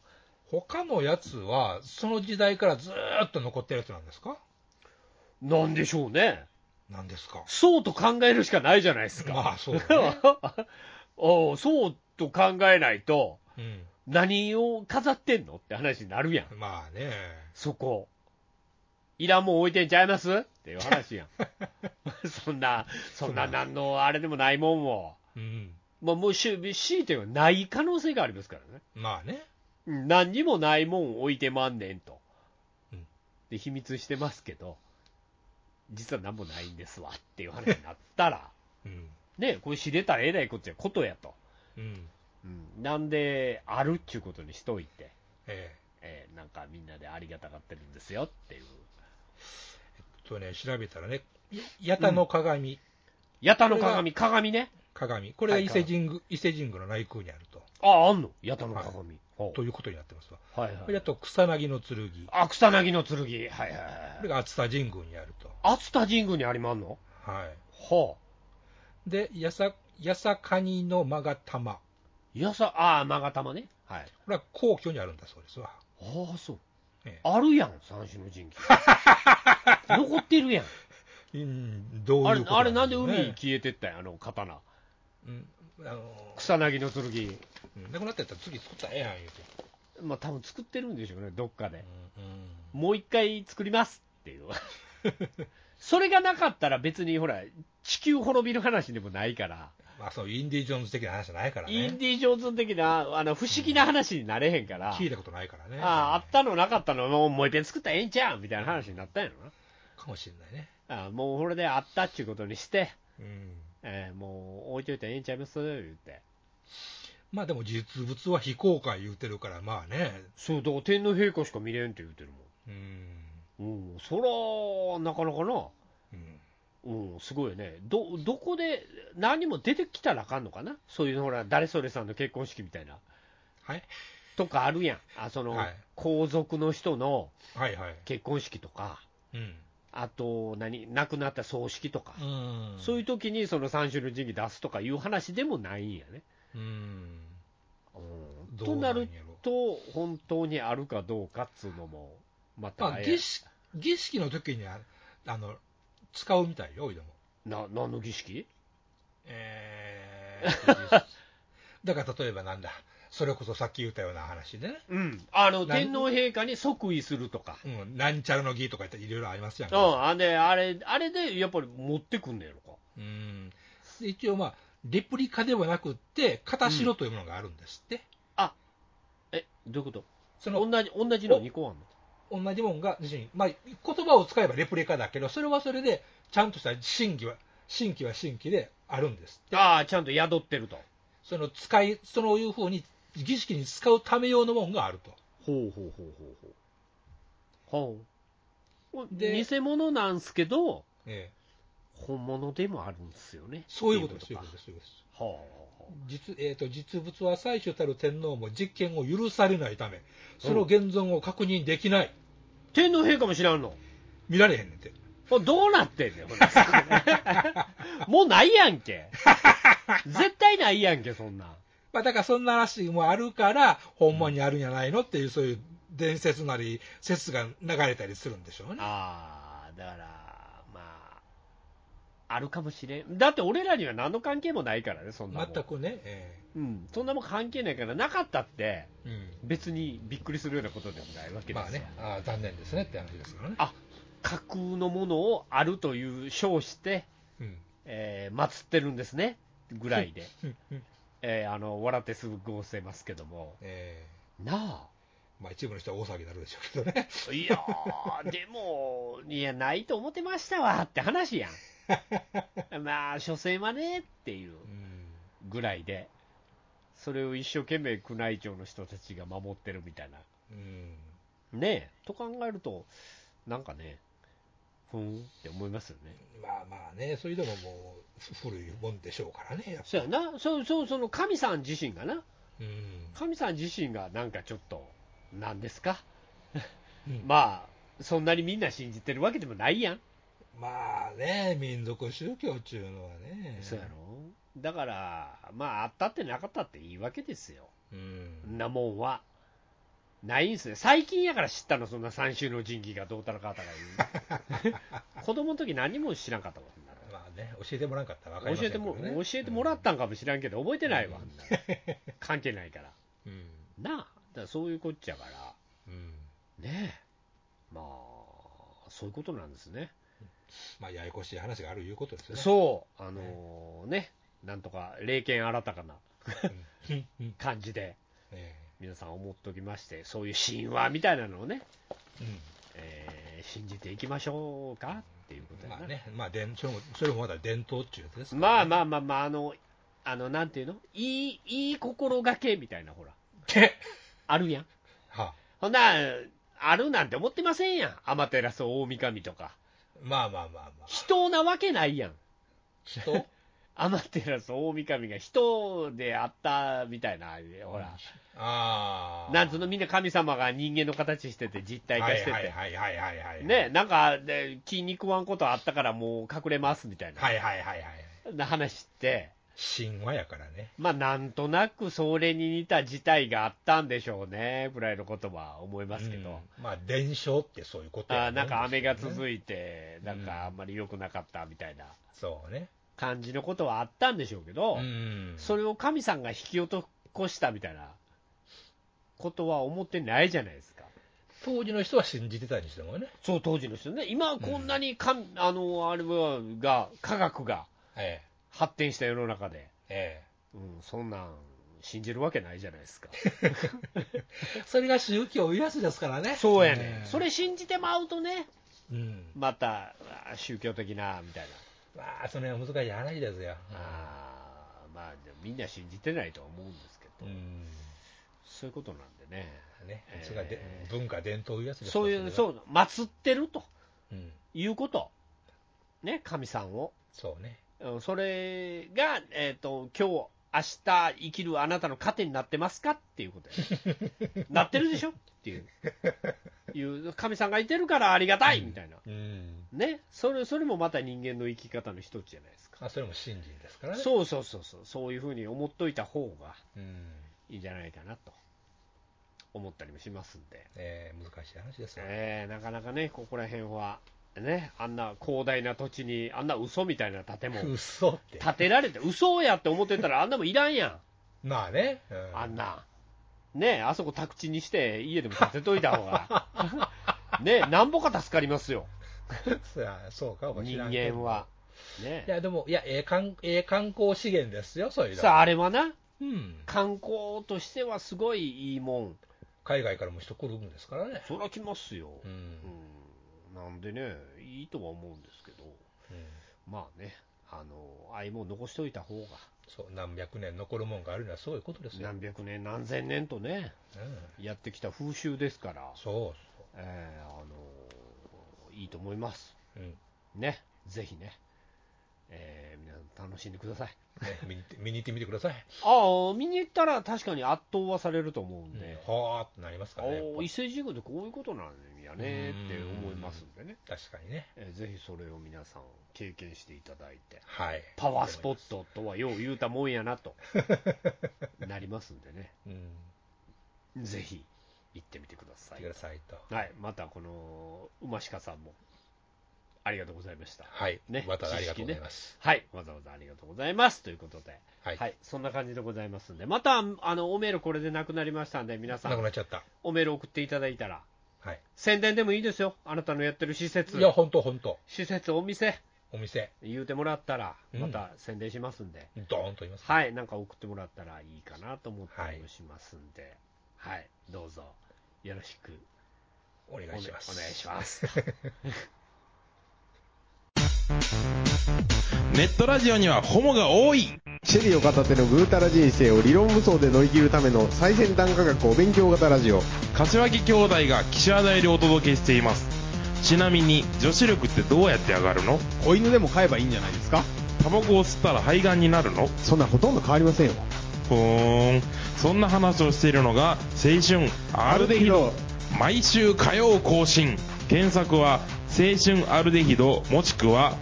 [SPEAKER 3] 他のやつは、その時代からずーっと残ってるやつなんですか
[SPEAKER 2] なんでしょうね、
[SPEAKER 3] なんですか
[SPEAKER 2] そうと考えるしかないじゃないですか。
[SPEAKER 3] ま
[SPEAKER 2] <laughs>
[SPEAKER 3] あ、そうね。
[SPEAKER 2] おうそうと考えないと、
[SPEAKER 3] う
[SPEAKER 2] 何を飾ってんのって話になるやん、
[SPEAKER 3] ん。まあね。
[SPEAKER 2] そこ。いらんもん置いてんちゃいますっていう
[SPEAKER 3] <laughs>
[SPEAKER 2] 話やん。そんな、そんな
[SPEAKER 3] そうな
[SPEAKER 2] 何のあれでもないもんを。
[SPEAKER 3] うん。
[SPEAKER 2] まあ、もうし強いてはない可能性がありますからね、
[SPEAKER 3] まあね。
[SPEAKER 2] うん何にもないもん置いてまんねんと
[SPEAKER 3] うん、
[SPEAKER 2] で秘密してますけど、実は何もないんですわっていう話になった
[SPEAKER 3] <laughs>
[SPEAKER 2] ら、
[SPEAKER 3] うん。
[SPEAKER 2] ね、これ知れたらえらいことやことやと、
[SPEAKER 3] うん。
[SPEAKER 2] うんなんで、あるっちゅうことにしといて、
[SPEAKER 3] え
[SPEAKER 2] えーなんかみんなでありがたがってるんですよっていう、
[SPEAKER 3] えとね、調べたらね、やたの鏡、
[SPEAKER 2] 八田の鏡、鏡ね、
[SPEAKER 3] 鏡。これが
[SPEAKER 2] はい
[SPEAKER 3] 伊勢神宮、伊勢神宮の内宮にあると。
[SPEAKER 2] ああんの、八田の鏡、ほ
[SPEAKER 3] ということになってますわ。
[SPEAKER 2] うはい
[SPEAKER 3] こ
[SPEAKER 2] はい
[SPEAKER 3] れだ、と、草薙の剣。
[SPEAKER 2] あ草薙の剣、はいはいはい
[SPEAKER 3] こ
[SPEAKER 2] は
[SPEAKER 3] れ
[SPEAKER 2] い、
[SPEAKER 3] が熱田神宮にあると。
[SPEAKER 2] 熱田神宮にありまんの
[SPEAKER 3] はい。
[SPEAKER 2] は
[SPEAKER 3] で、やさ、やさかにのまがたま。
[SPEAKER 2] あ、やさ、ああ、まがたまね、はい、
[SPEAKER 3] これは皇居にあるんだそうですわ。
[SPEAKER 2] ああ、そう、
[SPEAKER 3] ええ
[SPEAKER 2] あるやん、三種の神
[SPEAKER 3] <laughs>
[SPEAKER 2] 器、残ってるやん、
[SPEAKER 3] うん、どう
[SPEAKER 2] あ
[SPEAKER 3] い
[SPEAKER 2] れ
[SPEAKER 3] うこと
[SPEAKER 2] あれ、なんで海
[SPEAKER 3] ね
[SPEAKER 2] 消えてったんや、あの刀、
[SPEAKER 3] うん、あの
[SPEAKER 2] 草薙の剣、
[SPEAKER 3] うんなくなってたら次作ったらええやん言うて、
[SPEAKER 2] まあ多分作ってるんでしょうね、どっかで。
[SPEAKER 3] うん
[SPEAKER 2] もう一回作りますって
[SPEAKER 3] <laughs>
[SPEAKER 2] いう。それがなかったら別にほら、地球滅びる話でもないから、
[SPEAKER 3] まあ、そのインディ・ジョーンズ的な話じゃないから
[SPEAKER 2] イ
[SPEAKER 3] ね
[SPEAKER 2] ンディ・ジョーンズ的な、あの、不思議な話になれへんから、
[SPEAKER 3] 聞いたことないからね
[SPEAKER 2] ああ、あったのなかったの、もうもう一遍作ったらええんちゃうみたいな話になったんやろな。
[SPEAKER 3] かもしれないね、
[SPEAKER 2] ああもうこれであったっちゅうことにして、
[SPEAKER 3] うん、
[SPEAKER 2] えーもう置いといたらええんちゃいます言って。
[SPEAKER 3] まあでも実物は非公開言うてるからまあね
[SPEAKER 2] そう、だから天皇陛下しか見れんって言ってる
[SPEAKER 3] うん、
[SPEAKER 2] もん。うん、そら、なかなかな。
[SPEAKER 3] うん、
[SPEAKER 2] うん、すごいよね、どどこで何も出てきたらあかんのかな、そういうほら、誰それさんの結婚式みたいな、
[SPEAKER 3] はい
[SPEAKER 2] とかあるやん、あその、
[SPEAKER 3] はい
[SPEAKER 2] 皇族の人の
[SPEAKER 3] はいはい
[SPEAKER 2] 結婚式とか、
[SPEAKER 3] うん、
[SPEAKER 2] あと何、亡くなった葬式とか、
[SPEAKER 3] うん、
[SPEAKER 2] そういうう時にその三種の神器出すとかいう話でもないんやね。
[SPEAKER 3] うん
[SPEAKER 2] うん
[SPEAKER 3] ど
[SPEAKER 2] と
[SPEAKER 3] う
[SPEAKER 2] なんる
[SPEAKER 3] やろ
[SPEAKER 2] と、本当にあるかどうかっつうのも、また、
[SPEAKER 3] まあ儀式儀式の時にはあの使うみたいよおいでも
[SPEAKER 2] な何の儀式
[SPEAKER 3] えー <laughs> だから例えばなんだ、それこそさっき言ったような話でね、
[SPEAKER 2] うん、あの
[SPEAKER 3] 何
[SPEAKER 2] 天皇陛下に即位するとか。
[SPEAKER 3] うん、なんちゃらの儀とか言っていろいろありますやん
[SPEAKER 2] う
[SPEAKER 3] か、
[SPEAKER 2] ん、あれ、あれ、あれでやっぱり持ってくんねやろか。
[SPEAKER 3] うん、で一応まあ、レプリカではなくって、片白というものがあるんですって、
[SPEAKER 2] え、どういうこと
[SPEAKER 3] その
[SPEAKER 2] 同じ、同じの2個あんの
[SPEAKER 3] 同じもんが、要するにまあ、言葉を使えばレプリカだけど、それはそれで、ちゃんとした真偽は、真偽は真偽であるんですって、
[SPEAKER 2] ああ、ちゃんと宿ってると。
[SPEAKER 3] その使い、そういうふうに儀式に使うため用のもんがあると。
[SPEAKER 2] ほうほうほうほうほう。ほう。
[SPEAKER 3] で
[SPEAKER 2] 偽物なんすけど、
[SPEAKER 3] ええ
[SPEAKER 2] 本物でもあるんですよね。
[SPEAKER 3] そういうことです、
[SPEAKER 2] って
[SPEAKER 3] そういう
[SPEAKER 2] か
[SPEAKER 3] ことですそういうことです。
[SPEAKER 2] はあ。
[SPEAKER 3] 実,、えー、と実物は最主たる天皇も実験を許されないため、その現存を確認できない、
[SPEAKER 2] 天皇陛下も知らんの
[SPEAKER 3] 見られへんねんて、
[SPEAKER 2] あどうなってんねん、ほ
[SPEAKER 3] <laughs>
[SPEAKER 2] らもうないやんけ。絶対ないやんけ、そんなん。
[SPEAKER 3] まあ、だからそんな話もあるから、ほんまにあるんじゃないのっていう、そういう伝説なり、説が流れたりするんでしょうね。
[SPEAKER 2] <laughs> ああ、だから、まあ、あるかもしれん。だって俺らには何の関係もないからね、そんなもん。
[SPEAKER 3] 全くね、え
[SPEAKER 2] うん、そんなもん関係ないから、なかったって、
[SPEAKER 3] え
[SPEAKER 2] 別にびっくりするようなことでもないわけですよ
[SPEAKER 3] うん、まあね、ああ残念ですねって話ですからね。
[SPEAKER 2] あ架空のものをあるという称して、
[SPEAKER 3] うん
[SPEAKER 2] えー祀ってるんですねぐら
[SPEAKER 3] <laughs>
[SPEAKER 2] いで、
[SPEAKER 3] うんうん
[SPEAKER 2] えーあの笑ってすぐ合成ますけども、
[SPEAKER 3] え
[SPEAKER 2] な
[SPEAKER 3] えまあ、一部の人は大騒ぎになるでしょうけどね、
[SPEAKER 2] あ、いやー、でも、いや、ないと思ってましたわって話や
[SPEAKER 3] <laughs>
[SPEAKER 2] ん、まあ、所詮はねっていう
[SPEAKER 3] うん
[SPEAKER 2] ぐらいで、それを一生懸命宮内庁の人たちが守ってるみたいな。
[SPEAKER 3] うん、
[SPEAKER 2] ねえ、と考えると、なんかね、ふーんって思いますよね。
[SPEAKER 3] まあまあね、それでももう古いもんでしょうからね、やっぱ
[SPEAKER 2] そうやな、そうそう、その神さん自身がな、
[SPEAKER 3] うん
[SPEAKER 2] 神さん自身がなんかちょっと、なんですか、
[SPEAKER 3] うん
[SPEAKER 2] まあ、そんなにみんな信じてるわけでもないやん、
[SPEAKER 3] まあね、民族宗教っていうのはね、
[SPEAKER 2] そうやろ、だから、まあ、あったってなかったっていいわけですよ、
[SPEAKER 3] うん、
[SPEAKER 2] んなもんは。ないんすね最近やから知ったの、そんな三種の神器がどうたらかあたら
[SPEAKER 3] <laughs>
[SPEAKER 2] 言う子供の時何も知らんかったわ、そんなの
[SPEAKER 3] まあね、教えてもらわんかったら分かり
[SPEAKER 2] 教
[SPEAKER 3] ませ
[SPEAKER 2] え
[SPEAKER 3] んけ
[SPEAKER 2] て
[SPEAKER 3] ど
[SPEAKER 2] も
[SPEAKER 3] ね、
[SPEAKER 2] 教えてもらったんかもしらんけど、覚えてないわ、 <laughs> 関係ないから。
[SPEAKER 3] うん、うん
[SPEAKER 2] なあ、だからそういうこっちゃから、
[SPEAKER 3] うん
[SPEAKER 2] ねえ、まあ、そういうことなんですね。
[SPEAKER 3] まあややこしい話があるいうことですよね。
[SPEAKER 2] そう、あのーね、なんとか霊剣新たかな
[SPEAKER 3] うんうん
[SPEAKER 2] 感じで
[SPEAKER 3] え
[SPEAKER 2] 皆さん思っておきましてそういう神話みたいなのをね、
[SPEAKER 3] えうん
[SPEAKER 2] えー信じていきましょうかっていうことやな、
[SPEAKER 3] まあね、まあ伝それも、それもまだ伝統っていうやつです
[SPEAKER 2] まあ
[SPEAKER 3] あ。
[SPEAKER 2] まあまあまあ、あの、あの、なんていうのいい、いい心がけみたいな、ほら。あるやん。
[SPEAKER 3] <laughs> は
[SPEAKER 2] ほんならあるなんて思ってませんやん。アマテラス大神とか。
[SPEAKER 3] まあまあまあまあ。
[SPEAKER 2] 人なわけないやん。 <laughs>
[SPEAKER 3] 人
[SPEAKER 2] アマテラス大神が人であったみたいな、ほら。
[SPEAKER 3] ああ。
[SPEAKER 2] なんつうの、みんな神様が人間の形してて、実体化して
[SPEAKER 3] はい
[SPEAKER 2] て。
[SPEAKER 3] はいはいはいはいはい。
[SPEAKER 2] ね、。なんか、で気に食わんことあったからもう隠れますみたい
[SPEAKER 3] はいはいはいはい。
[SPEAKER 2] なな話って、
[SPEAKER 3] 神話やからね。
[SPEAKER 2] まあ、なんとなくそれに似た事態があったんでしょうね、ぐらいのことは思いますけど、
[SPEAKER 3] うんまあ伝承ってそういうことや
[SPEAKER 2] あーなんか雨が
[SPEAKER 3] い
[SPEAKER 2] 続いて、
[SPEAKER 3] う
[SPEAKER 2] なんんかあんまり良くなかったみたいな
[SPEAKER 3] そうね。
[SPEAKER 2] 感じのことはあったんでしょうけど、
[SPEAKER 3] うん。
[SPEAKER 2] それを神さんが引き落としたみたいなことは思ってないじゃないですか。
[SPEAKER 3] 当時の人は信じてたにしてもね。
[SPEAKER 2] そう当時の人ね、今はこんなにか、あのあれはが科学が
[SPEAKER 3] え
[SPEAKER 2] 発展した世の中で、
[SPEAKER 3] え。
[SPEAKER 2] う
[SPEAKER 3] え
[SPEAKER 2] ん、そんなん信じるわけないじゃないですか。
[SPEAKER 3] え。それが宗教いうやつですからね。
[SPEAKER 2] そうやね
[SPEAKER 3] ん
[SPEAKER 2] ん、そ。れ信じてまうとね、
[SPEAKER 3] うん。
[SPEAKER 2] またあー宗教的なみたい
[SPEAKER 3] まあ、その辺は難しい話ですよ。
[SPEAKER 2] な、あーまあ、でもみんな信じてないとは思うんですけ
[SPEAKER 3] う
[SPEAKER 2] ど、
[SPEAKER 3] ん。
[SPEAKER 2] そういうことなんでね、
[SPEAKER 3] ね
[SPEAKER 2] え。え
[SPEAKER 3] それがで文化伝統いうやつです。
[SPEAKER 2] そういう、そうう、祀ってると
[SPEAKER 3] うん。
[SPEAKER 2] いうこと、ね、神さんを、
[SPEAKER 3] そうね。
[SPEAKER 2] うんそれが、えー、と今日明日生きるあなたの糧になってますかっていうこと
[SPEAKER 3] <laughs>
[SPEAKER 2] やなってるでしょっていう、いう神さんがいてるからありがたいみたいな、
[SPEAKER 3] うん。
[SPEAKER 2] ね、それそれもまた人間の生き方の一つじゃないですか。
[SPEAKER 3] まあ、それも信心ですからね。
[SPEAKER 2] そうそうそうそう、そういうふうに思っといた方が
[SPEAKER 3] うん。
[SPEAKER 2] いいんじゃないかなと思ったりもしますんで、
[SPEAKER 3] ええ難しい話ですよね。
[SPEAKER 2] えーなかなかね、ここら辺は、ね、あんな広大な土地に、あんな嘘みたいな建物、
[SPEAKER 3] 嘘って。
[SPEAKER 2] 建てられて、嘘やって思ってたら、あんなもんいらんや、
[SPEAKER 3] まあね。うんん
[SPEAKER 2] あんな、ね、あそこ宅地にして、家でも建てといた方が、 <laughs> ね、なんぼか助かりますよ、
[SPEAKER 3] そやそうかもし
[SPEAKER 2] 人
[SPEAKER 3] らんけど
[SPEAKER 2] 間は。。ね
[SPEAKER 3] い、や、でも、いや、ええ観ええ観光資源ですよ、そういうのは
[SPEAKER 2] さあ、あれはな、
[SPEAKER 3] うん。
[SPEAKER 2] 観光としてはすごいいいもん、
[SPEAKER 3] 海外からも人来るんですからね。
[SPEAKER 2] そら来ますよ。
[SPEAKER 3] うん。
[SPEAKER 2] うんなんでね、いいとは思うんですけど、
[SPEAKER 3] うん
[SPEAKER 2] まあね、あの、ああいうもん残しておいた方が、
[SPEAKER 3] そう、何百年残るもんがあるのはそういうことですよ。
[SPEAKER 2] 何百年、何千年とね、
[SPEAKER 3] うん
[SPEAKER 2] やってきた風習ですから、
[SPEAKER 3] そうそ
[SPEAKER 2] えーあの、いいと思います。
[SPEAKER 3] う。うん。ね
[SPEAKER 2] ね、ぜひね、えー皆さん楽しんでください。
[SPEAKER 3] 見に行って <laughs> 見に行ってみてください。
[SPEAKER 2] ああ、見に行ったら確かに圧倒はされると思うん
[SPEAKER 3] うん
[SPEAKER 2] で、
[SPEAKER 3] はあってなりますか
[SPEAKER 2] あ
[SPEAKER 3] らね。やっ
[SPEAKER 2] ー伊勢神宮ってこういうことなんやねって思いますんでね、
[SPEAKER 3] ぱ確かにね。
[SPEAKER 2] えーぜひそれを皆さん経験していただいて、
[SPEAKER 3] はい。
[SPEAKER 2] パワースポットとはよう言うたもんやな
[SPEAKER 3] <laughs>
[SPEAKER 2] となりますんでね、
[SPEAKER 3] うん。
[SPEAKER 2] ぜひ行ってみてくださ
[SPEAKER 3] 来
[SPEAKER 2] い
[SPEAKER 3] てく。ださいと。
[SPEAKER 2] はい、またこの馬鹿さんもありがとうございました。
[SPEAKER 3] はい。
[SPEAKER 2] ね
[SPEAKER 3] またありがとうございます。
[SPEAKER 2] はい、わざわざありがとうございますということで、
[SPEAKER 3] はい。
[SPEAKER 2] そんな感じでございますんで、またあのおメールこれでなくなりましたんで、皆さ
[SPEAKER 3] なく
[SPEAKER 2] ん
[SPEAKER 3] なっちゃった。
[SPEAKER 2] おメール送っていただいたら、
[SPEAKER 3] はい。
[SPEAKER 2] 宣伝でもいいですよ、あなたのやってる施設
[SPEAKER 3] い、や、本当本当
[SPEAKER 2] 施設、お店、
[SPEAKER 3] お店、
[SPEAKER 2] 言うてもらったら、
[SPEAKER 3] うん
[SPEAKER 2] また宣伝しますんで。
[SPEAKER 3] ドーンと言います、
[SPEAKER 2] はい、なんか送ってもらったらいいかなと思ったりもしますんで、はい、どうぞよろしく
[SPEAKER 3] お願
[SPEAKER 2] お,、
[SPEAKER 3] いします。
[SPEAKER 2] お願いします。
[SPEAKER 4] ネットラジオにはホモが多い
[SPEAKER 5] シェリーを片手のぐうたら人生を理論武装で乗り切るための最先端科学お勉強型ラジオ
[SPEAKER 4] 柏木兄弟が岸和田よりお届けしていますちなみに女子力ってどうやって上がるの
[SPEAKER 5] 子犬でも飼えばいいんじゃないですか
[SPEAKER 4] タバコを吸ったら肺がんになるの
[SPEAKER 5] そんなんほとんど変わりませんよ
[SPEAKER 4] ふーんそんな話をしているのが青春アルデヒド毎週火曜更新検索は青春アルデヒドもしくは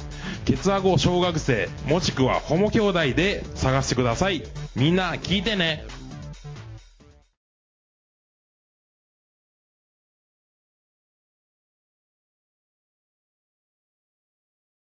[SPEAKER 4] ケツアゴ小学生もしくはホモ兄弟で探してくださいみんな聞いてね